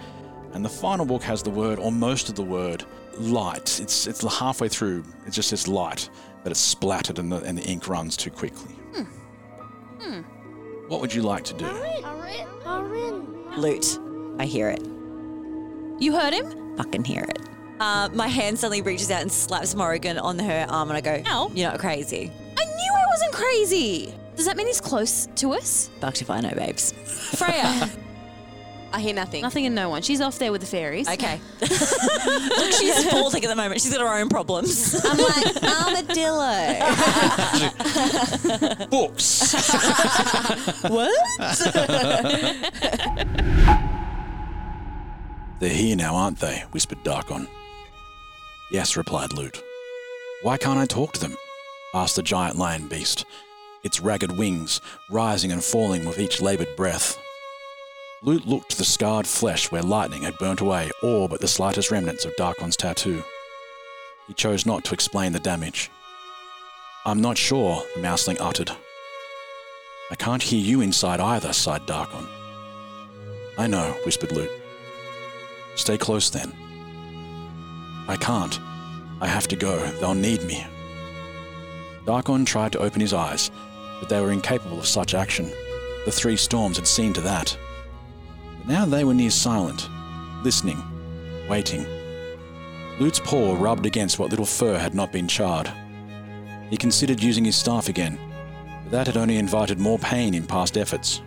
A: And the final book has the word, or most of the word, light. It's, it's halfway through, it just says light, but it's splattered and the, and the ink runs too quickly.
H: Hmm.
A: What would you like to do?
B: Loot. I hear it.
C: You heard him?
B: Fucking hear it. Uh, my hand suddenly reaches out and slaps Morrigan on her arm, and I go,
C: Ow.
B: You're not crazy.
C: I knew I wasn't crazy. Does that mean he's close to us?
B: Bucked if I know, babes.
C: Freya.
D: I hear nothing.
C: Nothing and no one. She's off there with the fairies.
B: Okay. Look, she's balding at the moment. She's got her own problems.
D: I'm like, armadillo.
A: Books. They're here now, aren't they? whispered Darkon. Yes, replied Lute. Why can't I talk to them? asked the giant lion beast, its ragged wings rising and falling with each laboured breath. Lute looked to the scarred flesh where lightning had burnt away all but the slightest remnants of Darkon's tattoo. He chose not to explain the damage. I'm not sure, the mouseling uttered. I can't hear you inside either, sighed Darkon. I know, whispered Lute. Stay close then. I can't. I have to go. They'll need me. Darkon tried to open his eyes, but they were incapable of such action. The three storms had seen to that. But now they were near silent, listening, waiting. Lute's paw rubbed against what little fur had not been charred. He considered using his staff again, but that had only invited more pain in past efforts.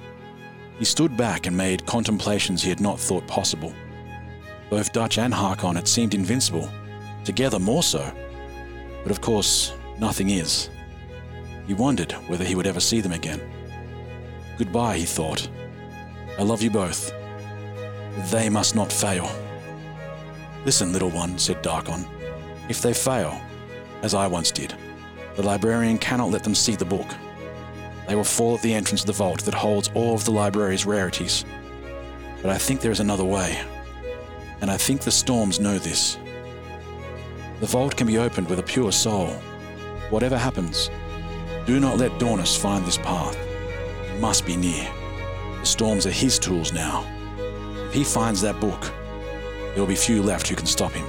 A: He stood back and made contemplations he had not thought possible. Both Dutch and Harkon had seemed invincible, together more so. But of course, nothing is. He wondered whether he would ever see them again. Goodbye, he thought. I love you both. They must not fail. Listen, little one, said Darkon. If they fail, as I once did, the librarian cannot let them see the book. They will fall at the entrance of the vault that holds all of the library's rarities. But I think there is another way and I think the storms know this. The vault can be opened with a pure soul. Whatever happens, do not let Dornus find this path. He must be near. The storms are his tools now. If he finds that book, there will be few left who can stop him.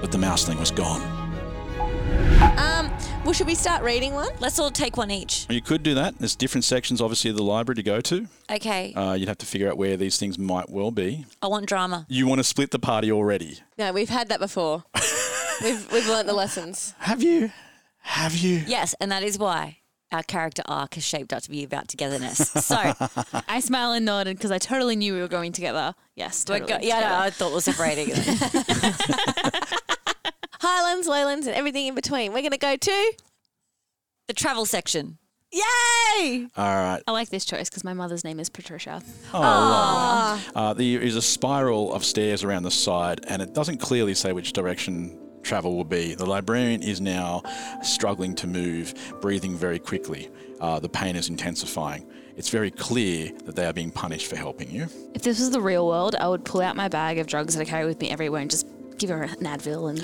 A: But the mouseling was gone.
D: um, well, should we start reading one?
B: Let's all take one each.
L: You could do that. There's different sections, obviously, of the library to go to.
B: Okay.
L: Uh, you'd have to figure out where these things might well be.
B: I want drama.
L: You want to split the party already?
D: No, we've had that before. we've we've learnt the lessons.
L: Have you? Have you?
B: Yes, and that is why our character arc is shaped up to be about togetherness. So,
C: I smile and nodded because I totally knew we were going together. Yes,
B: we're
C: totally.
B: go- yeah, no,
C: together.
B: I thought we're separating.
D: Highlands, lowlands, and everything in between. We're gonna go to
B: the travel section.
D: Yay!
L: All right.
C: I like this choice because my mother's name is Patricia.
L: Oh, lovely. Uh, there is a spiral of stairs around the side, and it doesn't clearly say which direction travel will be. The librarian is now struggling to move, breathing very quickly. Uh, the pain is intensifying. It's very clear that they are being punished for helping you.
K: If this was the real world, I would pull out my bag of drugs that I carry with me everywhere and just give her an Advil and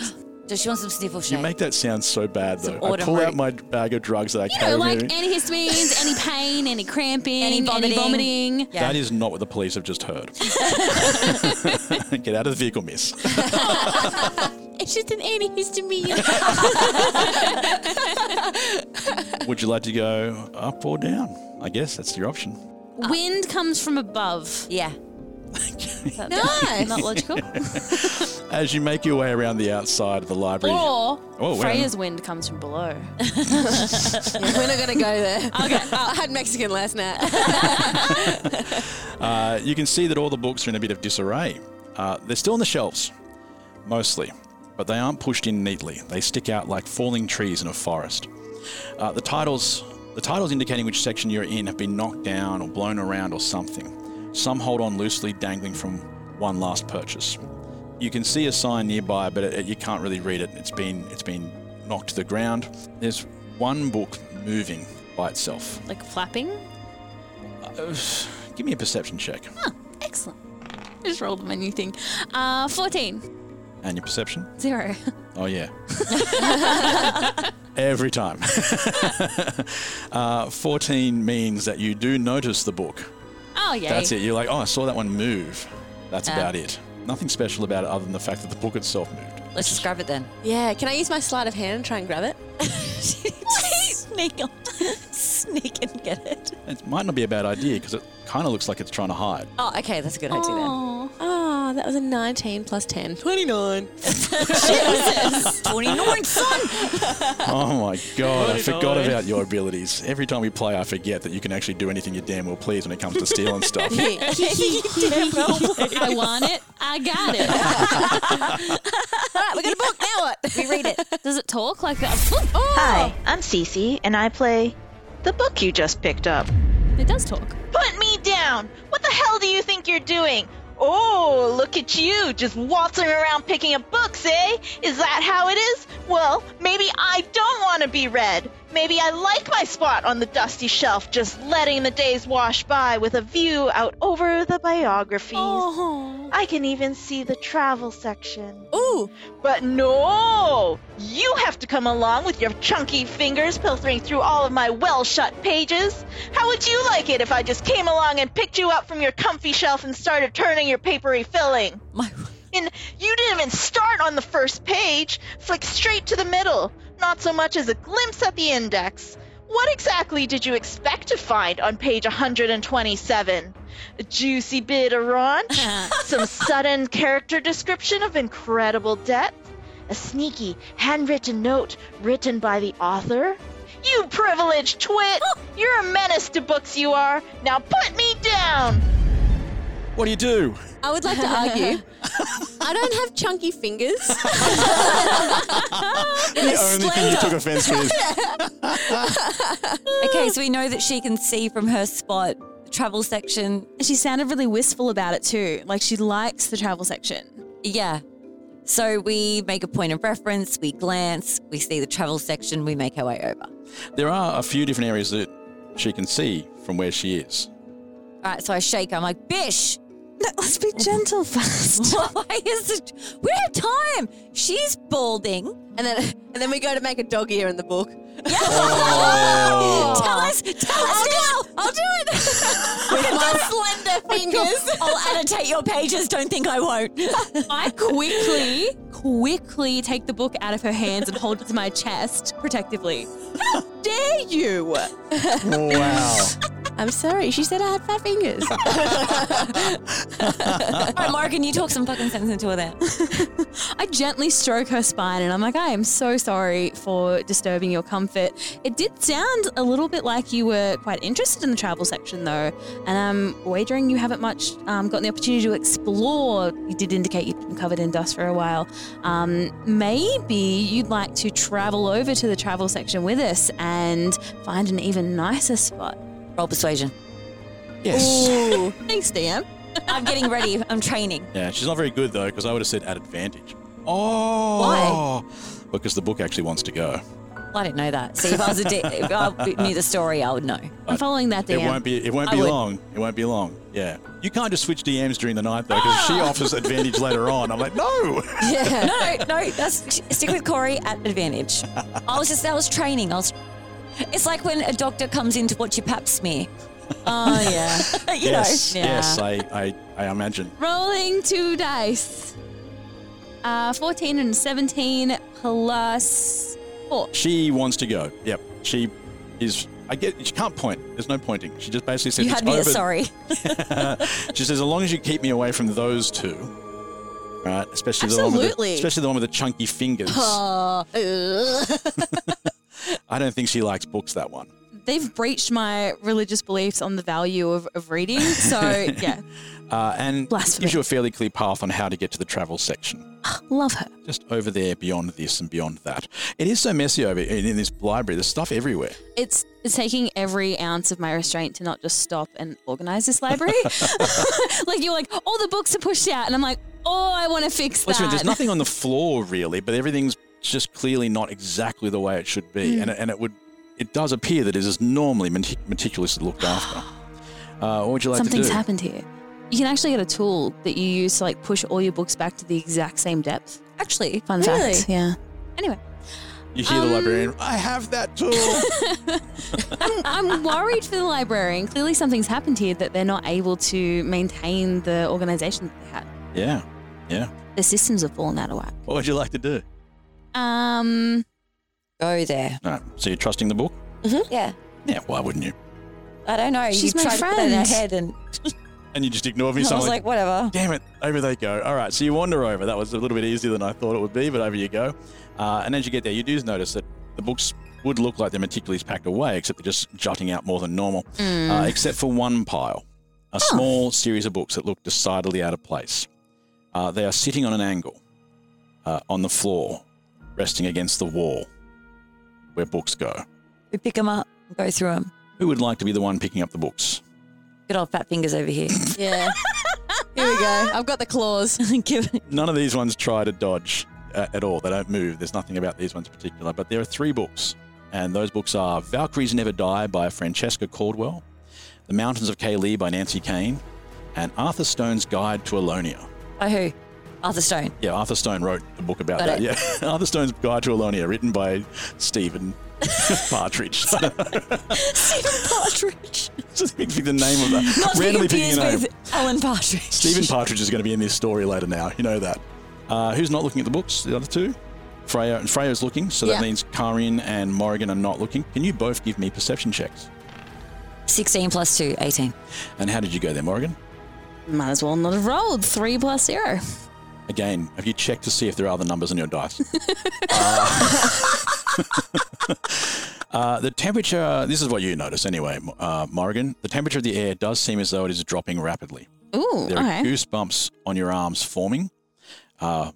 B: Does she want some sniffle
L: You
B: shake?
L: make that sound so bad,
B: Some
L: though. I
B: autumn
L: pull out
B: root.
L: my bag of drugs that I
C: You
L: carry.
C: know,
L: with
C: like
L: me.
C: antihistamines, any pain, any cramping,
B: Any
C: any vomiting.
B: vomiting. Yeah.
L: That is not what the police have just heard. Get out of the vehicle, miss.
C: It's just an antihistamine.
L: Would you like to go up or down? I guess that's your option.
K: Uh,
C: Wind comes from above.
B: yeah.
D: Nice.
C: Not logical.
L: As you make your way around the outside of the library,
C: Or
L: Oh, wait.
C: Freya's wind comes from below.
D: We're not gonna go there.
C: Okay.
B: Ah.
D: I had Mexican last night.
L: uh, you can see that all the books are in a bit of disarray. Uh, they're still on the shelves, mostly, but they aren't pushed in neatly. They stick out like falling trees in a forest. Uh, the titles, the titles indicating which section you're in, have been knocked down or blown around or something. Some hold on loosely, dangling from one last purchase. You can see a sign nearby, but it, it- you can't really read it. It's been it's been knocked to the ground. There's one book moving by itself.
C: like flapping.
L: Uh, give me a perception check
C: Excellent. I just rolled my new thing. Uh, 14.
L: and your perception.
C: Zero.
L: Oh yeah. Every time. uh, 14 means that you do notice the book.
C: Oh, yeah.
L: That's it. You're like, oh, I saw that one move. That's
B: Ah.
L: about it. Nothing special about it other than the fact that the book itself moved.
B: Let's just grab it then.
D: yeah, can I use my sleight of hand and try and grab it?
B: Sneak on. Sneak and get it.
L: It might not be a bad idea because it kind of looks like it's trying to hide.
B: Oh, okay. That's a good idea then.
C: Aw.
D: Oh, Oh, that was a 19 plus 10. 29.
B: 29, son!
A: Oh my god, I
B: Bloody
A: forgot
B: nice.
A: about your abilities. Every time we play, I forget that you can actually do anything you damn well please when it comes to stealing stuff.
C: I want it. I got it. All right, we got a book. Now what? We read it. Does it talk like that? Oh,
M: Hi, I'm Cece, and I play the book you just picked up.
C: It does talk.
M: Put me down! What the hell do you think you're doing? Oh, look at you, just waltzing around picking up books, eh? Is that how it is? Well, maybe I don't want to be read. Maybe I like my spot on the dusty shelf, just letting the days wash by with a view out over the biographies. I can even see the travel section.
D: Ooh!
M: But no! You have to come along with your chunky fingers pilfering through all of my well shut pages. How would you like it if I just came along and picked you up from your comfy shelf and started turning your papery filling? And you didn't even start on the first page, flick straight to the middle, not so much as a glimpse at the index. What exactly did you expect to find on page 127? A juicy bit of raunch, some sudden character description of incredible depth, a sneaky handwritten note written by the author? You privileged twit! You're a menace to books, you are! Now put me down!
A: What do you do?
D: I would like to argue. I don't have chunky fingers.
A: The only thing you took offense with.
B: okay, so we know that she can see from her spot the travel section.
C: And she sounded really wistful about it too. Like she likes the travel section.
B: Yeah. So we make a point of reference, we glance, we see the travel section, we make our way over.
A: There are a few different areas that she can see from where she is.
B: All right, so I shake her. I'm like, Bish!
C: Let's be gentle first.
B: Why is it? We don't have time! She's balding.
D: And then and then we go to make a dog ear in the book.
B: Tell us, tell us now! I'll do it!
D: With my slender fingers.
B: I'll annotate your pages, don't think I won't.
C: I quickly, quickly take the book out of her hands and hold it to my chest protectively. How dare you?
I: Oh,
A: Wow.
D: I'm sorry, she said I had fat fingers.
B: All right, Morgan, you talk some fucking sense into her there.
C: I gently stroke her spine and I'm like, I am so sorry for disturbing your comfort. It did sound a little bit like you were quite interested in the travel section though, and I'm wagering you haven't much um, gotten the opportunity to explore. You did indicate you'd been covered in dust for a while. Um, maybe you'd like to travel over to the travel section with us and find an even nicer spot.
B: Roll persuasion.
A: Yes.
C: Ooh. Thanks, DM.
B: I'm getting ready. I'm training.
A: Yeah, she's not very good though, because I would have said at advantage. Oh. Why? Because the book actually wants to go.
B: I didn't know that. See, if I was a D- if I knew the story, I would know.
C: I'm following that
A: It won't be. It won't
B: I
A: be
B: would-
A: long. It won't be long. Yeah. You can't just switch DMs during the night though, because she offers advantage later on. I'm like, no.
B: Yeah. no, no. That's stick with Corey at advantage. I was just that was training. I was. It's like when a doctor comes in to watch your pap smear.
C: Oh yeah.
B: you
A: yes.
B: know.
A: Yes. I, I. I imagine.
C: Rolling two dice. Uh, 14 and 17 Uh, plus four.
A: She wants to go. Yep. She is. I get. She can't point. There's no pointing. She just basically says.
B: you
A: it's
B: had me
A: over.
B: at sorry.
A: she says, as long as you keep me away from those two, right? Especially the one with the,
D: Absolutely.
A: especially the one with the chunky fingers.
C: Uh,
A: I don't think she likes books. That one.
C: They've breached my religious beliefs on the value of, of reading. So, yeah,
A: Uh, and gives you a fairly clear path on how to get to the travel section.
C: love her.
A: Just over there, beyond this and beyond that. It is so messy over in, in this library. There's stuff everywhere.
C: It's, it's taking every ounce of my restraint to not just stop and organize this library. like, you're like, all the books are pushed out. And I'm like, oh, I want to fix that.
A: Let's admit, there's nothing on the floor really, but everything's just clearly not exactly the way it should be,
B: Hmm.
C: Mm.
A: and it, and it would it does appear that it is normally metic- meticulously looked after. Uh, what would you like
C: Something's
A: to do?
C: happened here. You can actually get a tool that you use to like push all your books back to the exact same depth.
B: Actually,
C: fun
B: really?
C: fact. Yeah. Anyway,
A: You hear
B: Um,
A: the librarian. I have that tool.
C: I'm, I'm worried for the librarian. Clearly, something's happened here that they're not able to maintain the organization that they had.
A: yeah, yeah.
C: The systems have fallen out of whack.
A: What would you like to do?
C: Um,
B: Go there.
A: No. So you're trusting the book?
B: Yeah.
A: Yeah. Why wouldn't you?
B: I don't know.
C: She's
B: you tried
C: my
B: to put that in her
C: friend.
B: head and
A: and you just ignore me.
B: I
A: so I'm
B: was like, whatever.
A: Damn it, over they go. All right, so you wander over. That was a little bit easier than I thought it would be, but over you go. Uh, and as you get there, you do notice that the books would look like they're meticulously packed away, except they're just jutting out more than normal,
N: Mm.
A: uh, except for one pile, a small series of books that look decidedly out of place. Uh, they are sitting on an angle uh, on the floor, resting against the wall where books go.
B: We pick them up, go through them.
A: Who would like to be the one picking up the books?
B: Good old fat fingers over here.
D: Yeah. Here we go. I've got the claws.
B: Give it.
A: None of these ones try to dodge uh, at all. They don't move. There's nothing about these ones in particular. But there are three books, and those books are Valkyries Never Die by Francesca Caldwell, The Mountains of Kaylee by Nancy Kane, and Arthur Stone's Guide to Alonia.
B: By who? Arthur Stone.
A: Yeah, Arthur Stone wrote a book about
B: Got
A: that.
B: it.
A: Yeah, Arthur Stone's Guide to Alonia, written by Stephen Partridge. I don't know.
B: Stephen Partridge.
A: Just picking the name of that.
B: Not
A: Randomly
B: to be
A: picking a
B: confused
A: name.
B: with Alan Partridge.
A: Stephen Partridge is going to be in this story later now. You know that. Uh, who's not looking at the books? The other two? Freya and Freya's looking, so that
B: Yeah.
A: means Karin and Morrigan are not looking. Can you both give me perception checks?
B: 16 plus 2, 18.
A: And how did you go there, Morrigan?
C: Might as well not have rolled. Three plus zero.
A: Again, have you checked to see if there are other numbers on your dice? uh, uh, the temperature, this is what you notice anyway, uh, Morrigan. The temperature of the air does seem as though it is dropping rapidly.
C: Ooh,
A: There
C: okay.
A: are goosebumps on your arms forming. Uh,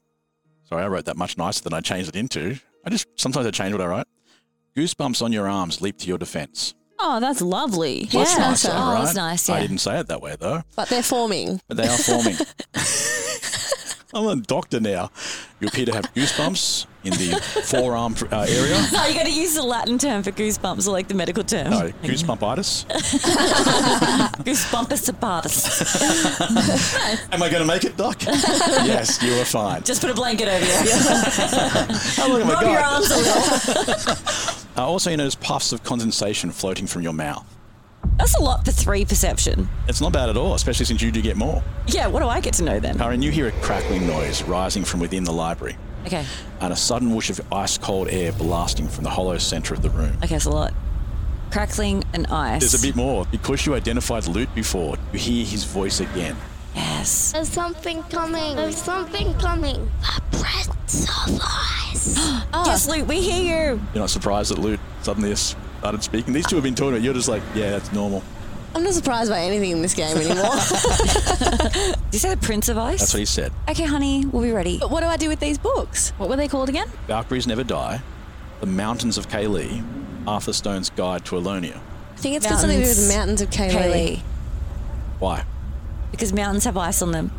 A: sorry, I wrote that much nicer than I changed it into. I just sometimes I change what I write. Goosebumps on your arms leap to your defense.
C: Oh, that's lovely.
A: Much nicer,
C: Oh,
A: right?
C: that's nice.
A: I
C: Yeah.
A: didn't say it that way though,
D: But they're forming.
A: but they are forming. I'm a doctor now. You appear to have goosebumps in the forearm uh, area.
B: Oh, you got to use the Latin term for goosebumps or like the medical term.
A: No, goosebumpitis.
B: Goosebumpus sabatus.
A: Am I going to make it, Doc? yes, you are fine.
B: Just put a blanket over you.
A: How long have I
B: Rub your
A: got?
B: arms a little.
A: Uh, also, you notice puffs of condensation floating from your mouth.
B: That's a lot for three perception.
A: It's not bad at all, especially since you do get more.
B: Yeah, what do I get to know then?
A: Karen, you hear a crackling noise rising from within the library
B: Okay.
A: and a sudden whoosh of ice cold air blasting from the hollow centre of the room.
B: Okay, it's a lot. Crackling and ice.
A: There's a bit more. Because you identified Loot before, you hear his voice again.
B: Yes.
F: There's something coming. There's something coming. Oh. A prince of ice.
B: Yes, Luke, we hear you.
A: You're not surprised that Loot suddenly has started speaking. These two have been talking about it. You're just like, yeah, that's normal.
D: I'm not surprised by anything in this game anymore.
B: Did you say the Prince of Ice?
A: That's what he said.
B: Okay, honey, we'll be ready.
D: But what do I do with these books?
C: What were they called again?
A: Valkyries Never Die, The Mountains of Kaylee, Arthur Stone's Guide to Alonia.
D: I think it's got something to do with the mountains of Kaylee.
B: Kaylee.
A: Why?
B: Because mountains have ice on them.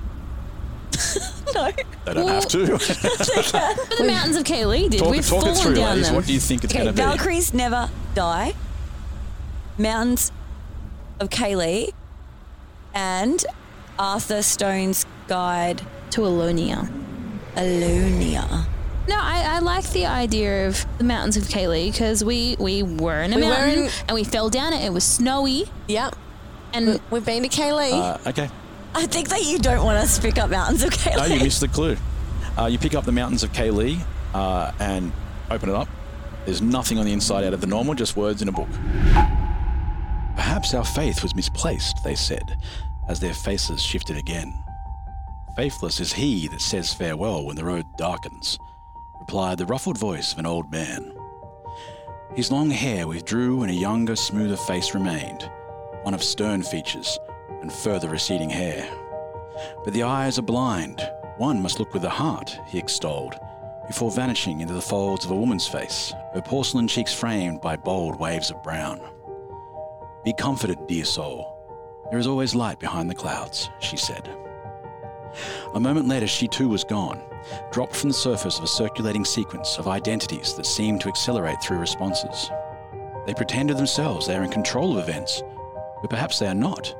B: no.
A: They don't have to.
C: But the mountains of Kaylee did.
A: talk
C: We've
A: talk
C: fallen
A: it through,
C: down
A: ladies.
C: them.
A: What do you think it's
B: okay,
A: going to be?
B: Valkyries never die. Mountains of Kaylee and Arthur Stone's guide
C: to Alonia.
B: Alonia.
C: No, I, I like the idea of the mountains of Kaylee because we, we were in a
D: We were
C: mountain
D: in-
C: and we fell down it. It was snowy.
D: Yep.
C: And
D: we've been to Kaylee.
A: Uh, okay.
B: I think that you don't want us to pick up mountains of Kaylee.
A: No, you missed the clue. Uh, you pick up the mountains of Kaylee uh, and open it up. There's nothing on the inside out of the normal, just words in a book. Perhaps our faith was misplaced, they said, as their faces shifted again. Faithless is he that says farewell when the road darkens, replied the ruffled voice of an old man. His long hair withdrew and a younger, smoother face remained, one of stern features and further receding hair. But the eyes are blind. One must look with the heart, he extolled, before vanishing into the folds of a woman's face, her porcelain cheeks framed by bold waves of brown. Be comforted, dear soul. There is always light behind the clouds, she said. A moment later, she too was gone, dropped from the surface of a circulating sequence of identities that seemed to accelerate through responses. They pretend to themselves they are in control of events, but perhaps they are not.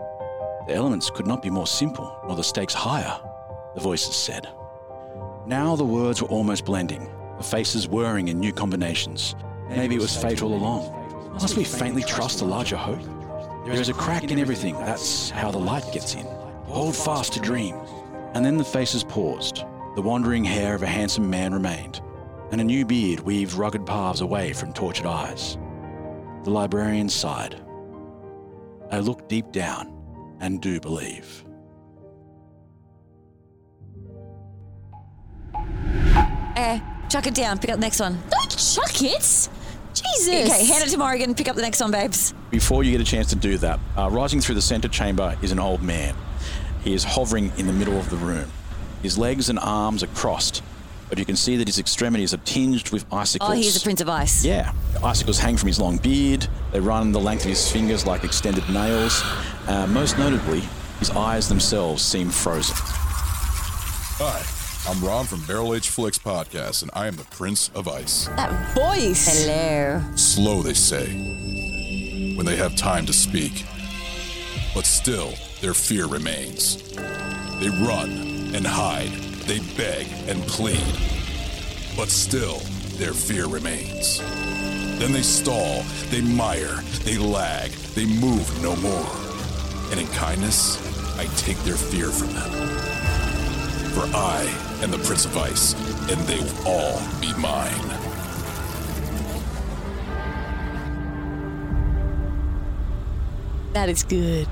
A: The elements could not be more simple, nor the stakes higher, the voices said. Now the words were almost blending, the faces whirring in new combinations. Maybe it was fate all along. Must we faintly trust a larger hope? There is a crack in everything, that's how the light gets in. Hold fast to dream. And then the faces paused. The wandering hair of a handsome man remained, and a new beard weaved rugged paths away from tortured eyes. The librarian sighed. I look deep down and do believe.
B: Okay, Eh, chuck it down. Pick up the next one. Don't chuck it. Jesus. Okay, hand it to Morrigan. Pick up the next one, babes.
A: Before you get a chance to do that, uh, rising through the center chamber is an old man. He is hovering in the middle of the room. His legs and arms are crossed, but you can see that his extremities are tinged with icicles.
B: Oh, he's a prince of ice.
A: Yeah. Icicles hang from his long beard. They run the length of his fingers like extended nails. Uh, most notably, his eyes themselves seem frozen.
J: Hi, I'm Ron from Barrel Age Flicks Podcast, and I am the Prince of Ice.
D: That voice.
B: Hello.
J: Slow, they say, when they have time to speak. But still, their fear remains. They run and hide, they beg and plead. But still, their fear remains. Then they stall, they mire, they lag, they move no more. And in kindness, I take their fear from them. For I am the Prince of Ice, and they will all be mine.
D: That is good.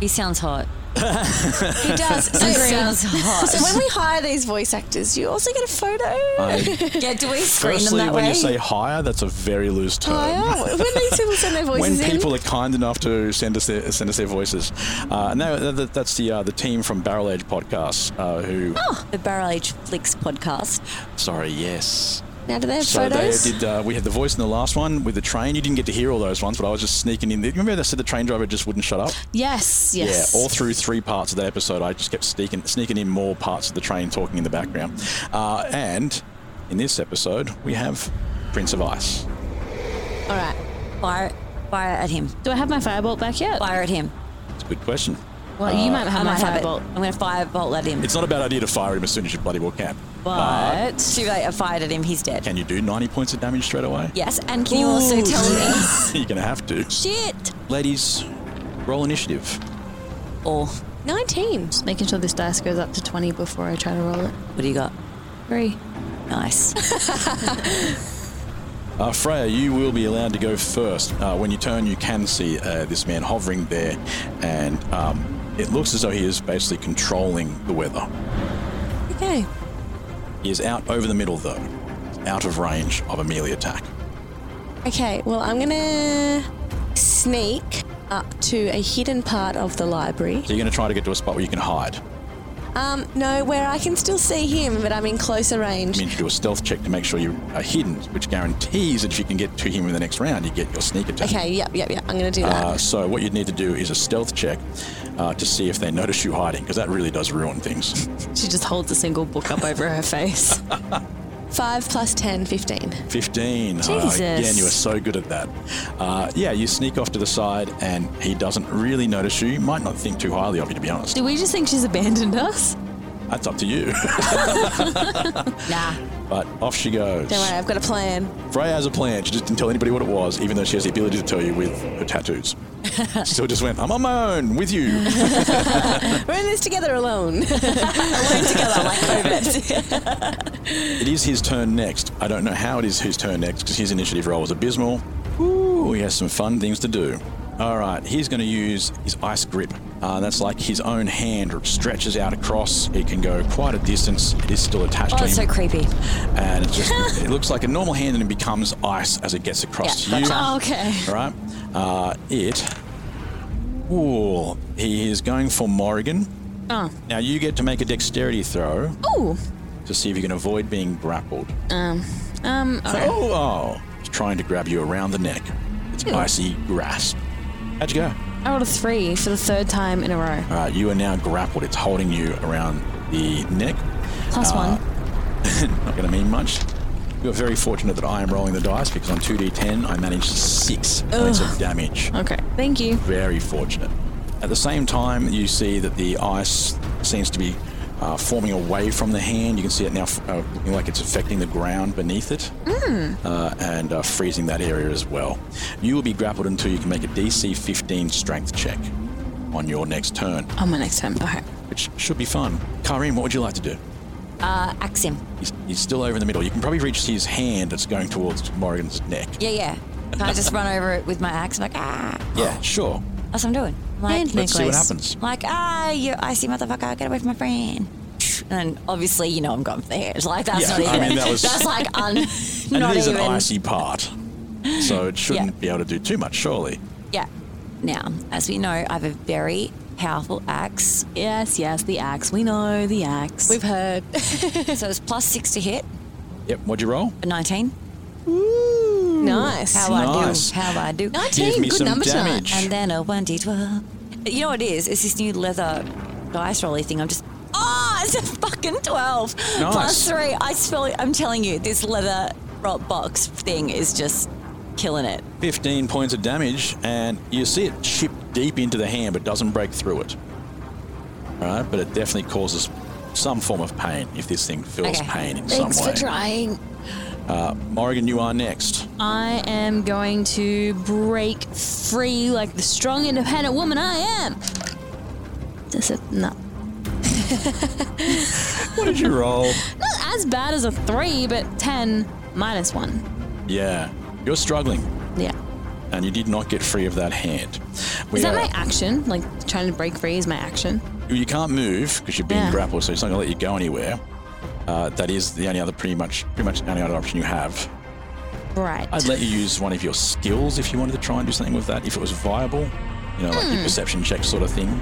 B: He sounds hot. he does. He sounds hot.
D: So when we hire these voice actors, you also get a photo.
A: I-
B: yeah, do we screen them
A: Firstly,
B: that
A: when
B: way?
A: you say hire, that's a very loose term.
D: Hire? When these people send their
A: when
D: voices in.
A: people are kind enough to send us their, send us their voices, uh, and that, that, that's the uh, the team from Barrel Age Podcast. Uh, who?
B: Oh, the Barrel Age Flicks podcast.
A: Sorry, yes.
D: Now, do they have
A: so
D: photos?
A: they did. Uh, we had the voice in the last one with the train. You didn't get to hear all those ones, but I was just sneaking in. there. Remember they said the train driver just wouldn't shut up.
O: Yes, yes.
A: Yeah, all through three parts of the episode, I just kept sneaking sneaking in more parts of the train talking in the background. Uh, and in this episode, we have Prince of Ice.
D: All right.
B: Fire, fire at him.
O: Do I have my firebolt back yet?
B: Fire at him.
A: It's a good question.
O: Well, you might
B: I
O: have my
B: might have it.
O: firebolt.
B: I'm going to firebolt at him.
A: It's not a bad idea to fire him as soon as you bloody well can.
B: But too late. I fired at him. He's dead.
A: Can you do 90 points of damage straight away?
B: Yes, and can you also tell me?
A: You're going to have to.
B: Shit.
A: Ladies, roll initiative.
B: Or
D: 19.
C: Just making sure this dice goes up to 20 before I try to roll it.
B: What do you got?
C: Three.
B: Nice.
A: Uh, Freya, you will be allowed to go first. Uh, when you turn, you can see uh, this man hovering there, and um, it looks as though he is basically controlling the weather.
B: Okay.
A: He is out over the middle, though, out of range of Amelia attack.
D: Okay, well, I'm going to sneak up to a hidden part of the library.
A: So you're going to try to get to a spot where you can hide.
D: Um, no, where I can still see him, but I'm in closer
A: I
D: range.
A: mean, you do a stealth check to make sure you are hidden, which guarantees that if you can get to him in the next round, you get your sneak attack.
D: Okay, yep, yep, yep. I'm going to do that.
A: Uh, so what you'd need to do is a stealth check uh, to see if they notice you hiding, because that really does ruin things.
C: She just holds a single book up over her face.
D: 5 plus 10, 15.
A: 15.
D: Jesus.
A: Uh, again, you are so good at that. Uh, yeah, you sneak off to the side, and he doesn't really notice you. He might not think too highly of you, to be honest.
O: Do we just think she's abandoned us?
A: That's up to you.
O: Nah.
A: But off she goes.
D: Don't worry, I've got a plan.
A: Freya has a plan. She just didn't tell anybody what it was, even though she has the ability to tell you with her tattoos. she still just went, I'm on my own with you.
D: We're in this together alone.
A: It is his turn next. I don't know how it is his turn next because his initiative roll is abysmal. Ooh, he has some fun things to do. All right, he's going to use his ice grip. Uh, that's like his own hand stretches out across. It can go quite a distance. It is still attached
B: Oh,
A: to
B: it's so
A: him,
B: creepy.
A: and it just it looks like a normal hand, and it becomes ice as it gets across
B: Yeah,
A: to you.
B: gotcha. Oh,
O: okay.
A: All right, uh, it. Ooh, he is going for Morrigan.
C: Oh.
A: Now you get to make a dexterity throw
C: Oh.
A: to see if you can avoid being grappled.
C: Um. Um.
A: So-
C: alright.
A: Oh, oh. It's trying to grab you around the neck. It's
C: Ew.
A: icy grasp. How'd you go?
C: I rolled a three for the third time in a row.
A: All right, Uh, you are now grappled. It's holding you around the neck.
C: Plus one.
A: one. Not going to mean much. You're very fortunate that I am rolling the dice because on 2d10, I managed six points of
C: Ugh.
A: damage.
C: Okay. Thank you.
A: Very fortunate. At the same time, you see that the ice seems to be uh, forming away from the hand. You can see it now f- uh, looking like it's affecting the ground beneath it.
C: Mm.
A: uh, and uh, freezing that area as well. You will be grappled until you can make a DC 15 strength check on your next turn,
C: On my next turn. Okay.
A: which should be fun. Karim, what would you like to do?
B: Uh, axe him.
A: He's, he's still over in the middle. You can probably reach his hand that's going towards Morrigan's neck.
B: Yeah, yeah. Can I just run over it with my axe? I'm like, ah.
A: Yeah, sure.
B: That's what I'm doing. I'm
A: And
B: Like,
A: Let's see what necklace. happens.
B: I'm like, ah, you icy motherfucker, get away from my friend. and obviously, you know, I'm going for the hairs. Like that's
A: Yeah,
B: not
A: I
B: even.
A: mean, that was-
B: that's like un.
A: And
B: not
A: it is
B: even.
A: an icy part, so it shouldn't be able to do too much, surely.
B: Yeah. Now, as we know, I have a very powerful axe. Yes, yes, the axe. We know the axe. We've heard. so it's plus six to hit,
A: Yep. What'd you roll?
B: a 19.
D: Nice.
B: How I
A: Nice.
B: do. How I do.
A: 19, Give me good some number tonight. damage.
B: And then a 1d12. You know what it is? It's this new leather dice rolly thing. I'm just. Oh, it's a fucking 12.
A: Nice.
B: Plus three. I spell it. I'm telling you, this leather rock box thing is just killing it.
A: 15 points of damage, and you see it chip deep into the hand, but doesn't break through it. All right, but it definitely causes some form of pain if this thing feels pain in
P: Thanks
A: some
P: for
A: way.
P: trying.
A: Uh, Morrigan, you are next.
D: Uh.
C: I am going to break free like the strong, independent woman I am.
P: Does it? No.
A: What did you roll?
C: Not as bad as a three, but ten minus one.
A: yeah, you're struggling,
C: Yeah.
A: and you did not get free of that hand. We
P: Is that
A: are-
P: my action? Like trying to break free is my action.
A: You can't move because you're being
P: Yeah.
A: grappled, so it's not going to let you go anywhere. Uh, that is the only other pretty much pretty much only other option you have.
C: Right.
A: I'd let you use one of your skills if you wanted to try and do something with that, if it was viable. You know, like your
D: Hmm.
A: perception check sort of thing.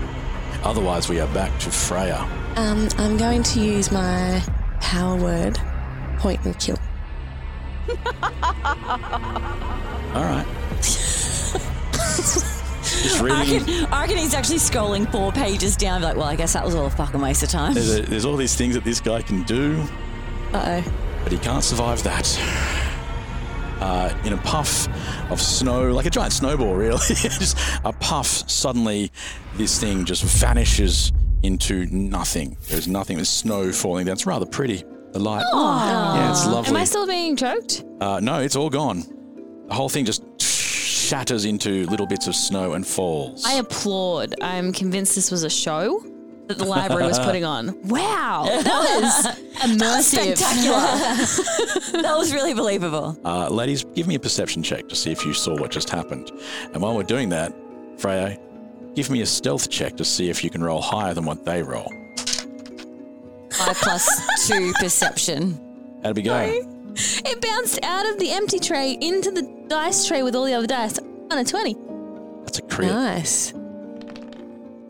A: Otherwise, we are back to Freya.
D: Um, I'm going to use my power word, point and kill.
A: All right. Just reading.
B: Arkin, Arkin is actually scrolling four pages down. Like, well, I guess that was all a fucking waste of time.
A: There's, a, there's all these things that this guy can do,
B: Uh oh.
A: but he can't survive that. Uh, in a puff of snow, like a giant snowball, really. just a puff, suddenly this thing just vanishes into nothing. There's nothing. There's snow falling. That's rather pretty. The light. Yeah, it's lovely.
C: Am I still being choked?
A: Uh, no, it's all gone. The whole thing just shatters into little bits of snow and falls.
C: I applaud. I'm convinced this was a show that the library was putting on. Wow, that was immersive.
B: spectacular. that was really believable.
A: Uh, ladies, give me a perception check to see if you saw what just happened. And while we're doing that, Freya, give me a stealth check to see if you can roll higher than what they roll.
B: Five plus two perception.
A: How'd we go?
C: It bounced out of the empty tray into the dice tray with all the other dice on a 20.
A: That's a crit.
D: Nice.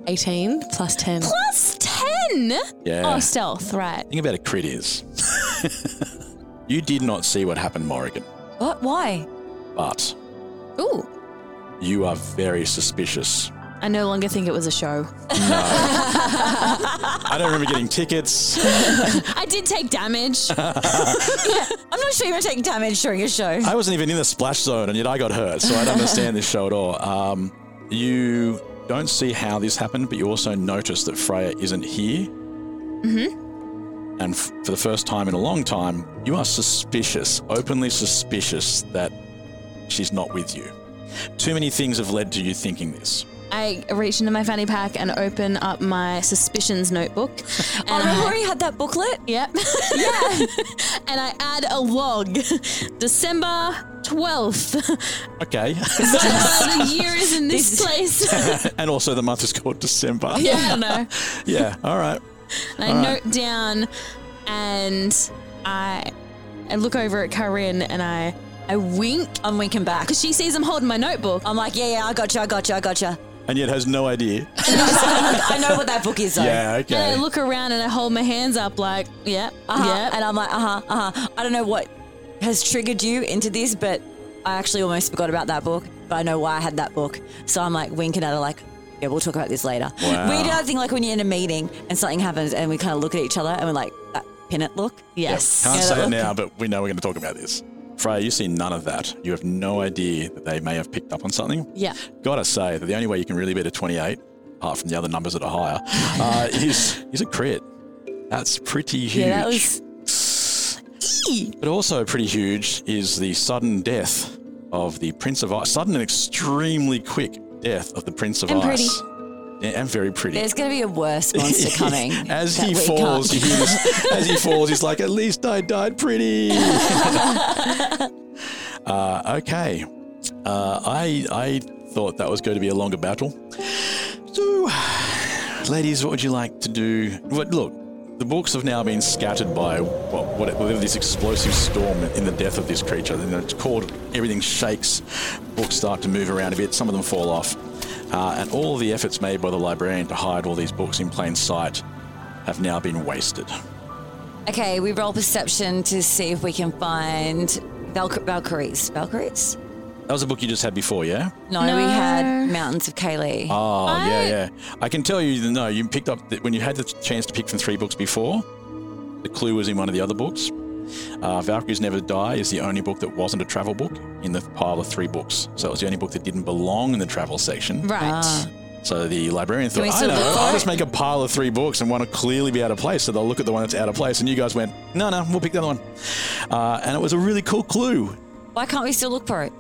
D: 18 plus 10.
C: Plus 10?
A: Yeah.
C: Oh, stealth, right.
A: Think about a crit is. you did not see what happened, Morrigan,
B: What? Why?
A: but
C: Ooh.
A: you are very suspicious.
C: I no longer think it was a show.
A: I don't remember getting tickets.
C: I did take damage.
B: yeah, I'm not sure you're taking damage during a show.
A: I wasn't even in the splash zone, and yet I got hurt, so I don't understand this show at all. Um, you don't see how this happened, but you also notice that Freya isn't here,
C: Mm-hmm.
A: and f- for the first time in a long time, you are suspicious, openly suspicious that she's not with you. Too many things have led to you thinking this.
C: I reach into my fanny pack and open up my suspicions notebook. And
B: Oh, remember we had that booklet?
C: Yep. Yeah. and I add a log. December 12th.
A: Okay.
C: the year is in this, place.
A: and also, the month is called December.
C: yeah, I don't know.
A: yeah. All right.
C: And I
A: All right.
C: note down and I I look over at Corinne and I I wink
B: I'm winking back.
C: because she sees I'm holding my notebook.
B: I'm like, yeah, yeah, I gotcha, I gotcha, I gotcha.
A: And yet has no idea.
B: I know what that book is, though.
A: Yeah.
C: And I
A: Okay.
C: look around and I hold my hands up like, yep,
B: Uh-huh.
C: yep.
B: And I'm like, uh huh, uh huh. I don't know what has triggered you into this, but I actually almost forgot about that book, but I know why I had that book. So I'm like winking at her, like, yeah, we'll talk about this later.
C: Wow.
B: We do that thing like when you're in a meeting and something happens and we kind of look at each other and we're like, that pennant look. Yes.
A: Can't
B: Yeah, that
A: say it
B: look.
A: now, but we know we're going to talk about this. Freya, you see none of that. You have no idea that they may have picked up on something.
C: Yeah.
A: Gotta say that the only way you can really beat a 28, apart from the other numbers that are higher, uh, is is a crit. That's pretty huge.
C: Yeah, that was
A: But also pretty huge is the sudden death of the Prince of Ice. Sudden and extremely quick death of the Prince of
B: And pretty.
A: Ice. Yeah, and very pretty.
B: There's going to be a worse monster coming.
A: as
B: that
A: he
B: we
A: falls, you
B: can't-
A: hear this, as he falls, he's like, "At least I died pretty." uh, okay, uh, I I thought that was going to be a longer battle. So, ladies, what would you like to do? What look? The books have now been scattered by well, whatever this explosive storm in the death of this creature. And it's called everything shakes. Books start to move around a bit. Some of them fall off, uh, and all the efforts made by the librarian to hide all these books in plain sight have now been wasted.
B: Okay, we roll perception to see if we can find Valky- Valkyries. Valkyries?
A: That was a book you just had before, yeah?
B: No, we had Mountains of Kaylee.
A: Oh, yeah, yeah. I can tell you, that no, you picked up, that when you had the chance to pick from three books before, the clue was in one of the other books. Uh, Valkyries Never Die is the only book that wasn't a travel book in the pile of three books. So it was the only book that didn't belong in the travel section.
B: Right. Ah.
A: So the librarian
B: Can
A: thought,
B: we
A: I
B: still
A: know,
B: look for
A: I'll
B: it?"
A: just make a pile of three books and one will clearly be out of place. So they'll look at the one that's out of place. And you guys went, no, no, we'll pick the other one. Uh, and it was a really cool clue.
B: Why can't we still look for it?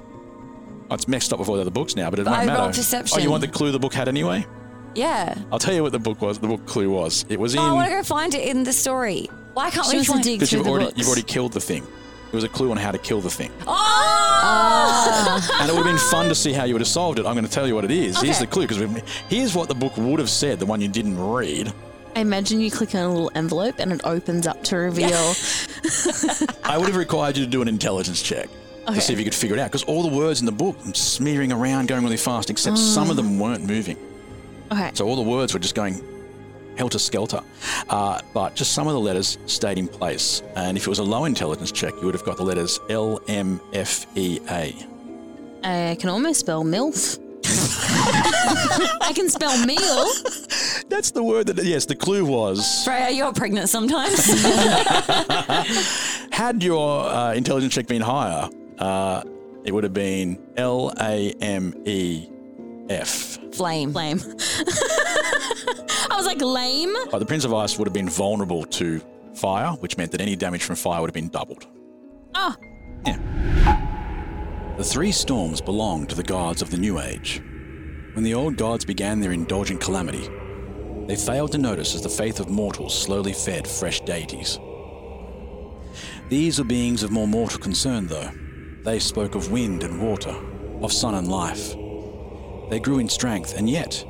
A: Oh, It's mixed up with all the other books now, but it
B: But
A: won't
B: I
A: matter.
B: rolled perception.
A: Oh, you want the clue the book had anyway?
B: Yeah.
A: I'll tell you what the book was. The book clue was. It was in.
B: Oh, I want to go find it in the story. Why can't we find
A: because you've already you've already killed the thing. It was a clue on how to kill the thing,
B: Oh!
A: and it would have been fun to see how you would have solved it. I'm going to tell you what it is. Here's
C: Okay.
A: the clue because here's what the book would have said, the one you didn't read.
C: I imagine you click on a little envelope and it opens up to reveal.
A: I would have required you to do an intelligence check
C: Okay.
A: to see if you could figure it out because all the words in the book were smearing around, going really fast, except some of them weren't moving.
C: Mm. Okay.
A: So all the words were just going helter skelter, uh, but just some of the letters stayed in place. And if it was a low intelligence check, you would have got the letters L M F E A.
C: I can almost spell MILF. I can spell meal.
A: That's the word that yes, the clue was.
B: Freya, you're pregnant sometimes.
A: Had your uh, intelligence check been higher, uh, it would have been L A M E F.
B: Flame.
C: Flame. I was like, lame.
A: Uh, the Prince of Ice would have been vulnerable to fire, which meant that any damage from fire would have been doubled.
Q: Ah.
A: The three storms belonged to the gods of the New Age. When the old gods began their indulgent calamity, they failed to notice as the faith of mortals slowly fed fresh deities. These were beings of more mortal concern, though. They spoke of wind and water, of sun and life. They grew in strength, and yet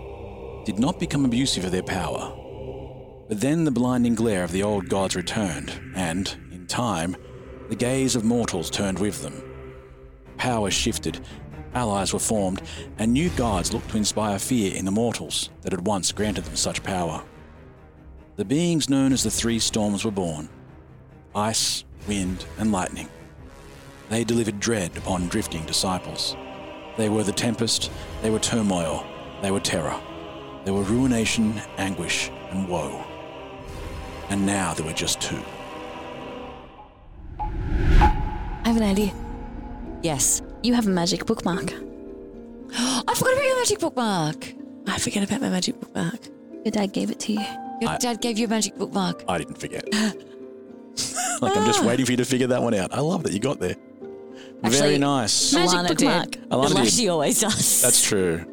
A: did not become abusive of their power. But then the blinding glare of the old gods returned, and, in time, the gaze of mortals turned with them. Power shifted, allies were formed, and new gods looked to inspire fear in the mortals that had once granted them such power. The beings known as the Three Storms were born ice, wind, and lightning. They delivered dread upon drifting disciples. They were the tempest, they were turmoil, they were terror, they were ruination, anguish, and woe. And now there were just two.
C: I have an idea.
B: Yes.
C: You have a magic bookmark.
B: I forgot about your magic bookmark.
C: I forget about my magic bookmark. Your dad gave it to you.
B: Your
A: I-
B: dad gave you a magic bookmark.
A: I didn't forget. like, I'm just
B: Ah.
A: waiting for you to figure that one out. I love that you got there. Very
B: Actually,
A: nice.
B: Alana
C: bookmark.
B: Did.
A: Alana
B: Unless
A: did.
B: she always does.
A: That's true.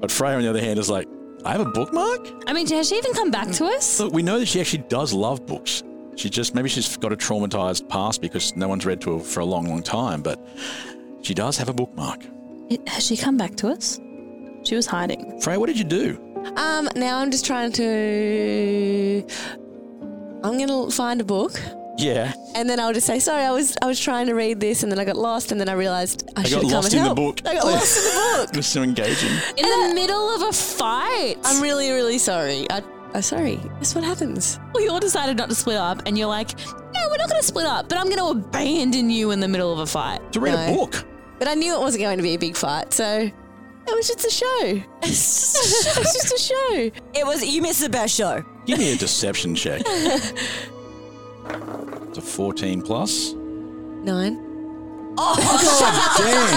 A: But Freya, on the other hand, is like, I have a bookmark?
C: I mean, has she even come back to us?
A: Look, we know that she actually does love books. She just, maybe she's got a traumatized past because no one's read to her for a long, long time, but she does have a bookmark.
C: It, has she come back to us? She was hiding.
A: Freya, what did you do?
D: Um, now I'm just trying to. I'm gonna find a book,
A: Yeah.
D: and then I'll just say, "Sorry, I was I was trying to read this, and then I got lost, and then I realised I,
A: I
D: should
A: got
D: have come
A: lost
D: and
A: in the
D: help.
A: book.
D: I got lost in the book
A: It was so engaging.
D: in the middle of a fight. I'm really really sorry. I, I'm sorry. That's what happens.
C: We all decided not to split up, and you're like, no, we're not going to split up, but I'm going to abandon you in the middle of a fight.
A: To read a
D: No.
A: book.
D: But I knew it wasn't going to be a big fight, so it was just a show. it's just a show. Oh,
B: It was you missed the best show.
A: Give me a deception check. It's a 14 plus. Oh,
D: Nine.
A: Damn.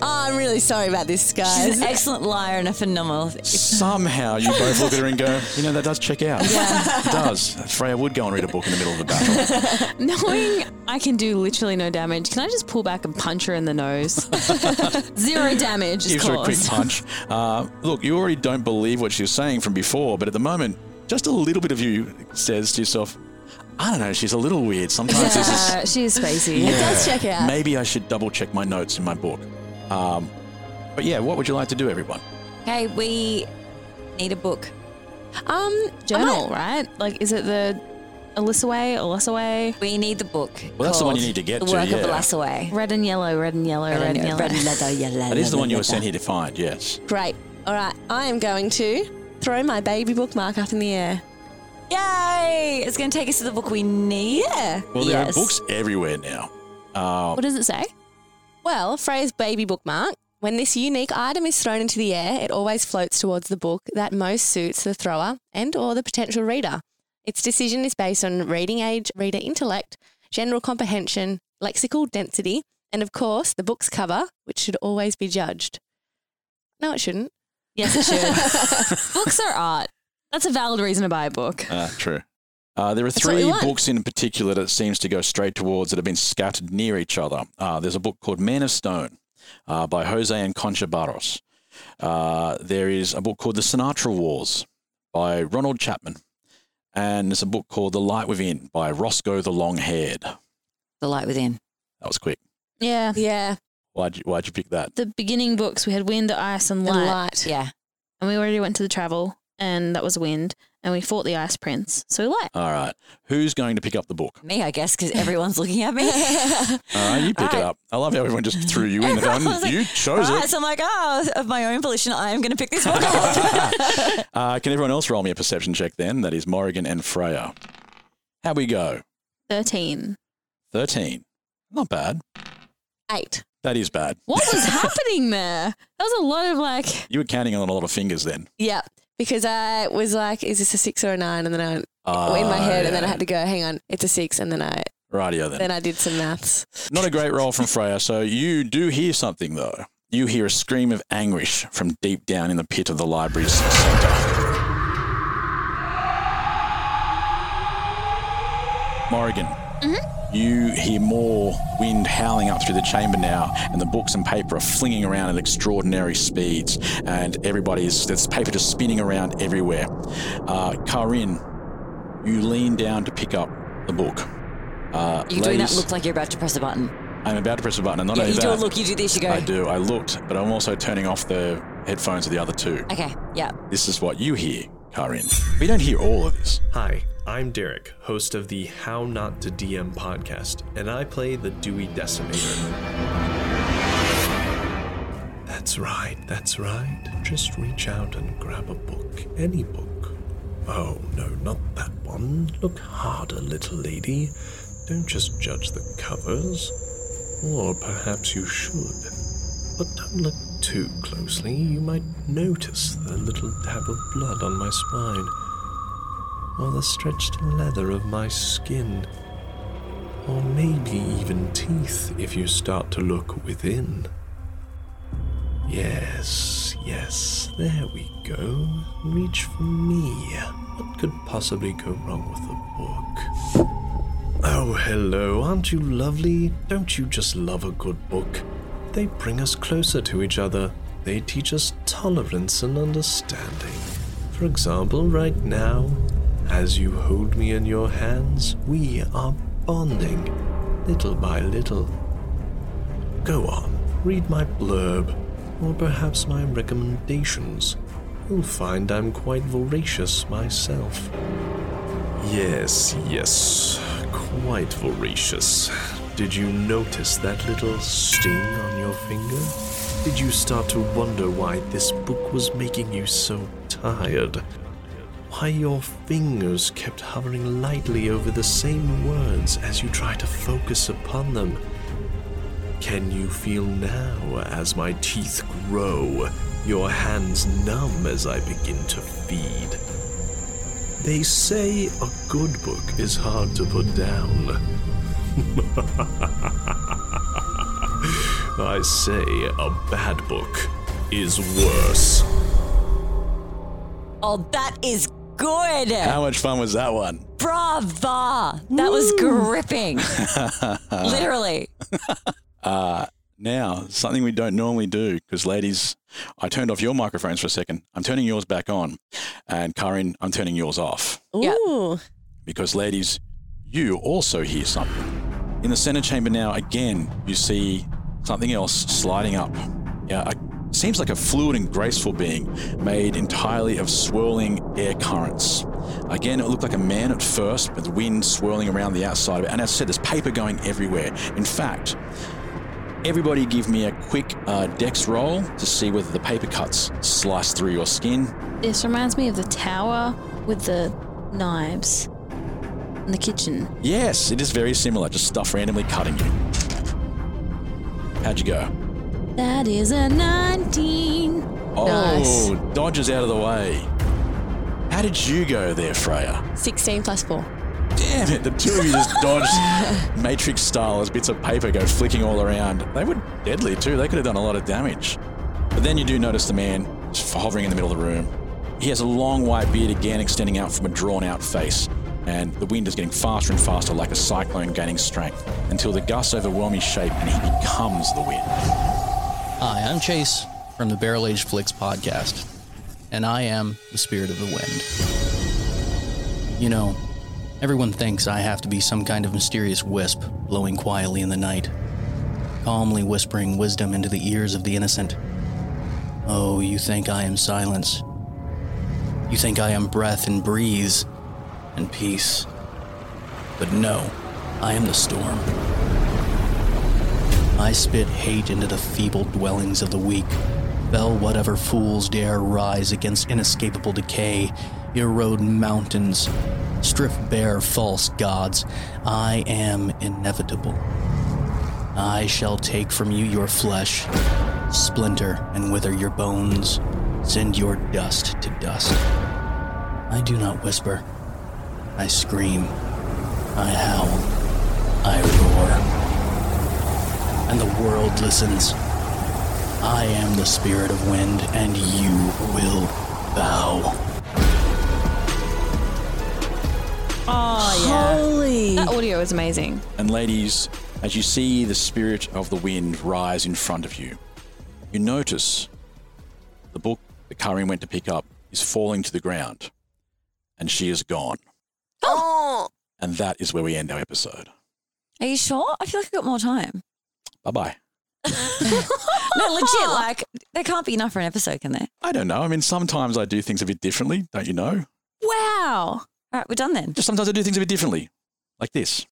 D: Oh, I'm really sorry about this, guys.
B: She's an excellent liar and a phenomenal.
A: Somehow you both look at her and go, you know, that does check out. It does. Freya would go and read a book in the middle of a battle.
C: Knowing I can do literally no damage, can I just pull back and punch her in the nose? Zero damage is
A: gives her a quick
C: caused.
A: punch. Uh, look, you already don't believe what she's saying from before, but at the moment, just a little bit of you says to yourself, I don't know, she's a little weird. Sometimes this is.
C: Uh, she is spacey.
A: Yeah, Maybe I should double check my notes in my book. Um, but yeah, what would you like to do, everyone?
B: Okay, we need a book.
D: Um,
C: Journal, right? Like, is it the Elissaway or Lassaway?
B: We need the book.
A: Well, that's the one you need to get
B: The
A: to,
B: Work
A: yeah.
B: of Lassaway.
C: Red and yellow, red and yellow, red, and yellow.
B: Red and leather, yellow.
A: That is the one you were
B: leather.
A: sent here to find, yes.
D: Great. All right, I am going to throw my baby bookmark up in the air.
B: Yay! It's going to take us to the book we need. Yeah.
A: Well, there are books everywhere now. Uh,
D: does it say? Well, Freya's baby bookmark. When this unique item is thrown into the air, it always floats towards the book that most suits the thrower and or the potential reader. Its decision is based on reading age, reader intellect, general comprehension, lexical density, and of course, the book's cover, which should always be judged. No, it shouldn't.
C: Yes, it should. Books are art. That's a valid reason to buy a book.
A: Ah, true. Uh, there are
C: what we
A: three
C: want.
A: books in particular that it seems to go straight towards that have been scattered near each other. Uh, there's a book called Man of Stone uh, by Jose and Concha Barros. Uh, there is a book called The Sinatra Wars by Ronald Chapman. And there's a book called The Light Within by Roscoe the Long Haired.
B: The Light Within.
A: That was quick.
C: Yeah.
D: Yeah.
A: Why'd you, why'd you pick that?
C: The beginning books, we had Wind, Ice, and Light.
D: light.
B: Yeah.
C: And we already went to the travel, and that was Wind. And we fought the Ice Prince, so we Light.
A: All right. Who's going to pick up the book?
B: Me, I guess, because everyone's looking at me.
A: All right, Uh, you pick it
B: Alright.
A: up. I love how everyone just threw you in. the
B: I
A: gun.
B: was like,
A: you chose
B: Alright,
A: it.
B: So I'm like, oh, of my own volition, I am going to pick this book up.
A: Uh, can everyone else roll me a perception check then? That is Morrigan and Freya. How we go?
C: 13.
A: 13. Not bad.
D: Eight.
A: That is bad.
C: What was happening there? That was a lot of like.
A: You were counting on a lot of fingers then.
D: Yeah, because I was like, is this a six or a nine? And then I went
A: Ah,
D: in my head, and then I
A: yeah.
D: had to go, hang on, it's a six. And then I
A: Rightio then.
D: then I did some maths.
A: Not a great roll from Freya. So you do hear something though. You hear a scream of anguish from deep down in the pit of the library's centre. Morrigan,
B: Mm-hmm.
A: you hear more wind howling up through the chamber now, and the books and paper are flinging around at extraordinary speeds, and everybody's there's paper just spinning around everywhere. Uh, Karin, you lean down to pick up the book. Uh,
B: You doing that
A: ladies-
B: look like you're about to press a button.
A: I'm about to press a button. And not
B: yeah,
A: only
B: you
A: that,
B: do a look, you do this, you go.
A: I do. I looked, but I'm also turning off the headphones of the other two.
B: Okay, yeah.
A: This is what you hear, Karin. We don't hear all of this.
N: Hi, I'm Derek, host of the How Not to DM podcast, and I play the Dewey Decimator. That's right, that's right. Just reach out and grab a book, any book. Oh, no, not that one. Look harder, little lady. Don't just judge the covers. Or perhaps you should. But don't look too closely. You might notice the little dab of blood on my spine or the stretched leather of my skin, or maybe even teeth if you start to look within. Yes, yes, there we go. Reach for me. What could possibly go wrong with a book? Oh, hello, aren't you lovely? Don't you just love a good book? They bring us closer to each other. They teach us tolerance and understanding. For example, right now, as you hold me in your hands, we are bonding, little by little. Go on, read my blurb, or perhaps my recommendations. You'll find I'm quite voracious myself. Yes, yes, quite voracious. Did you notice that little sting on your finger? Did you start to wonder why this book was making you so tired? Why your fingers kept hovering lightly over the same words as you try to focus upon them? Can you feel now as my teeth grow, your hands numb as I begin to feed? They say a good book is hard to put down. I say a bad book is worse.
B: Oh, that is good.
A: How much fun was that one?
B: Brava. That was gripping. Literally.
A: Uh, now, something we don't normally do, because ladies, I turned off your microphones for a second. I'm turning yours back on. And Karin, I'm turning yours off.
D: Ooh.
A: Because, ladies, you also hear something. In the center chamber now, again, you see something else sliding up. Yeah, a, seems like a fluid and graceful being made entirely of swirling air currents. Again, it looked like a man at first, but the wind swirling around the outside of it. And as I said, there's paper going everywhere. In fact, everybody give me a quick uh, dex roll to see whether the paper cuts slice through your skin.
C: This reminds me of the tower with the knives in the kitchen.
A: Yes, it is very similar, just stuff randomly cutting you. How'd you go?
C: That is a 19.
A: Oh, dodges out of the way. How did you go there, Freya?
D: 16 plus 4.
A: Damn it, the two of you just dodged Matrix style as bits of paper go flicking all around. They were deadly too, they could have done a lot of damage. But then you do notice the man just hovering in the middle of the room. He has a long white beard again extending out from a drawn out face, and the wind is getting faster and faster like a cyclone gaining strength until the gusts overwhelm his shape and he becomes the wind.
R: Hi, I'm Chase from the Barrel Age Flicks podcast, and I am the spirit of the wind. You know, everyone thinks I have to be some kind of mysterious wisp blowing quietly in the night, calmly whispering wisdom into the ears of the innocent. Oh, you think I am silence. You think I am breath and breeze and peace. But no, I am the storm. I spit hate into the feeble dwellings of the weak, fell whatever fools dare rise against inescapable decay, erode mountains, strip bare false gods. I am inevitable. I shall take from you your flesh, splinter and wither your bones, send your dust to dust. I do not whisper. I scream. I howl. I roar and the world listens. I am the spirit of wind, and you will bow.
C: Oh, yeah.
D: Holy.
C: That audio is amazing.
A: And ladies, as you see the spirit of the wind rise in front of you, you notice the book that Karin went to pick up is falling to the ground, and she is gone.
B: Oh.
A: And that is where we end our episode.
B: Are you sure? I feel like I got more time.
A: Bye bye.
B: No, legit. Like there can't be enough for an episode, can there?
A: I don't know. I mean, sometimes I do things a bit differently, don't you know?
B: Wow. All right, we're done then.
A: Just sometimes I do things a bit differently, like this.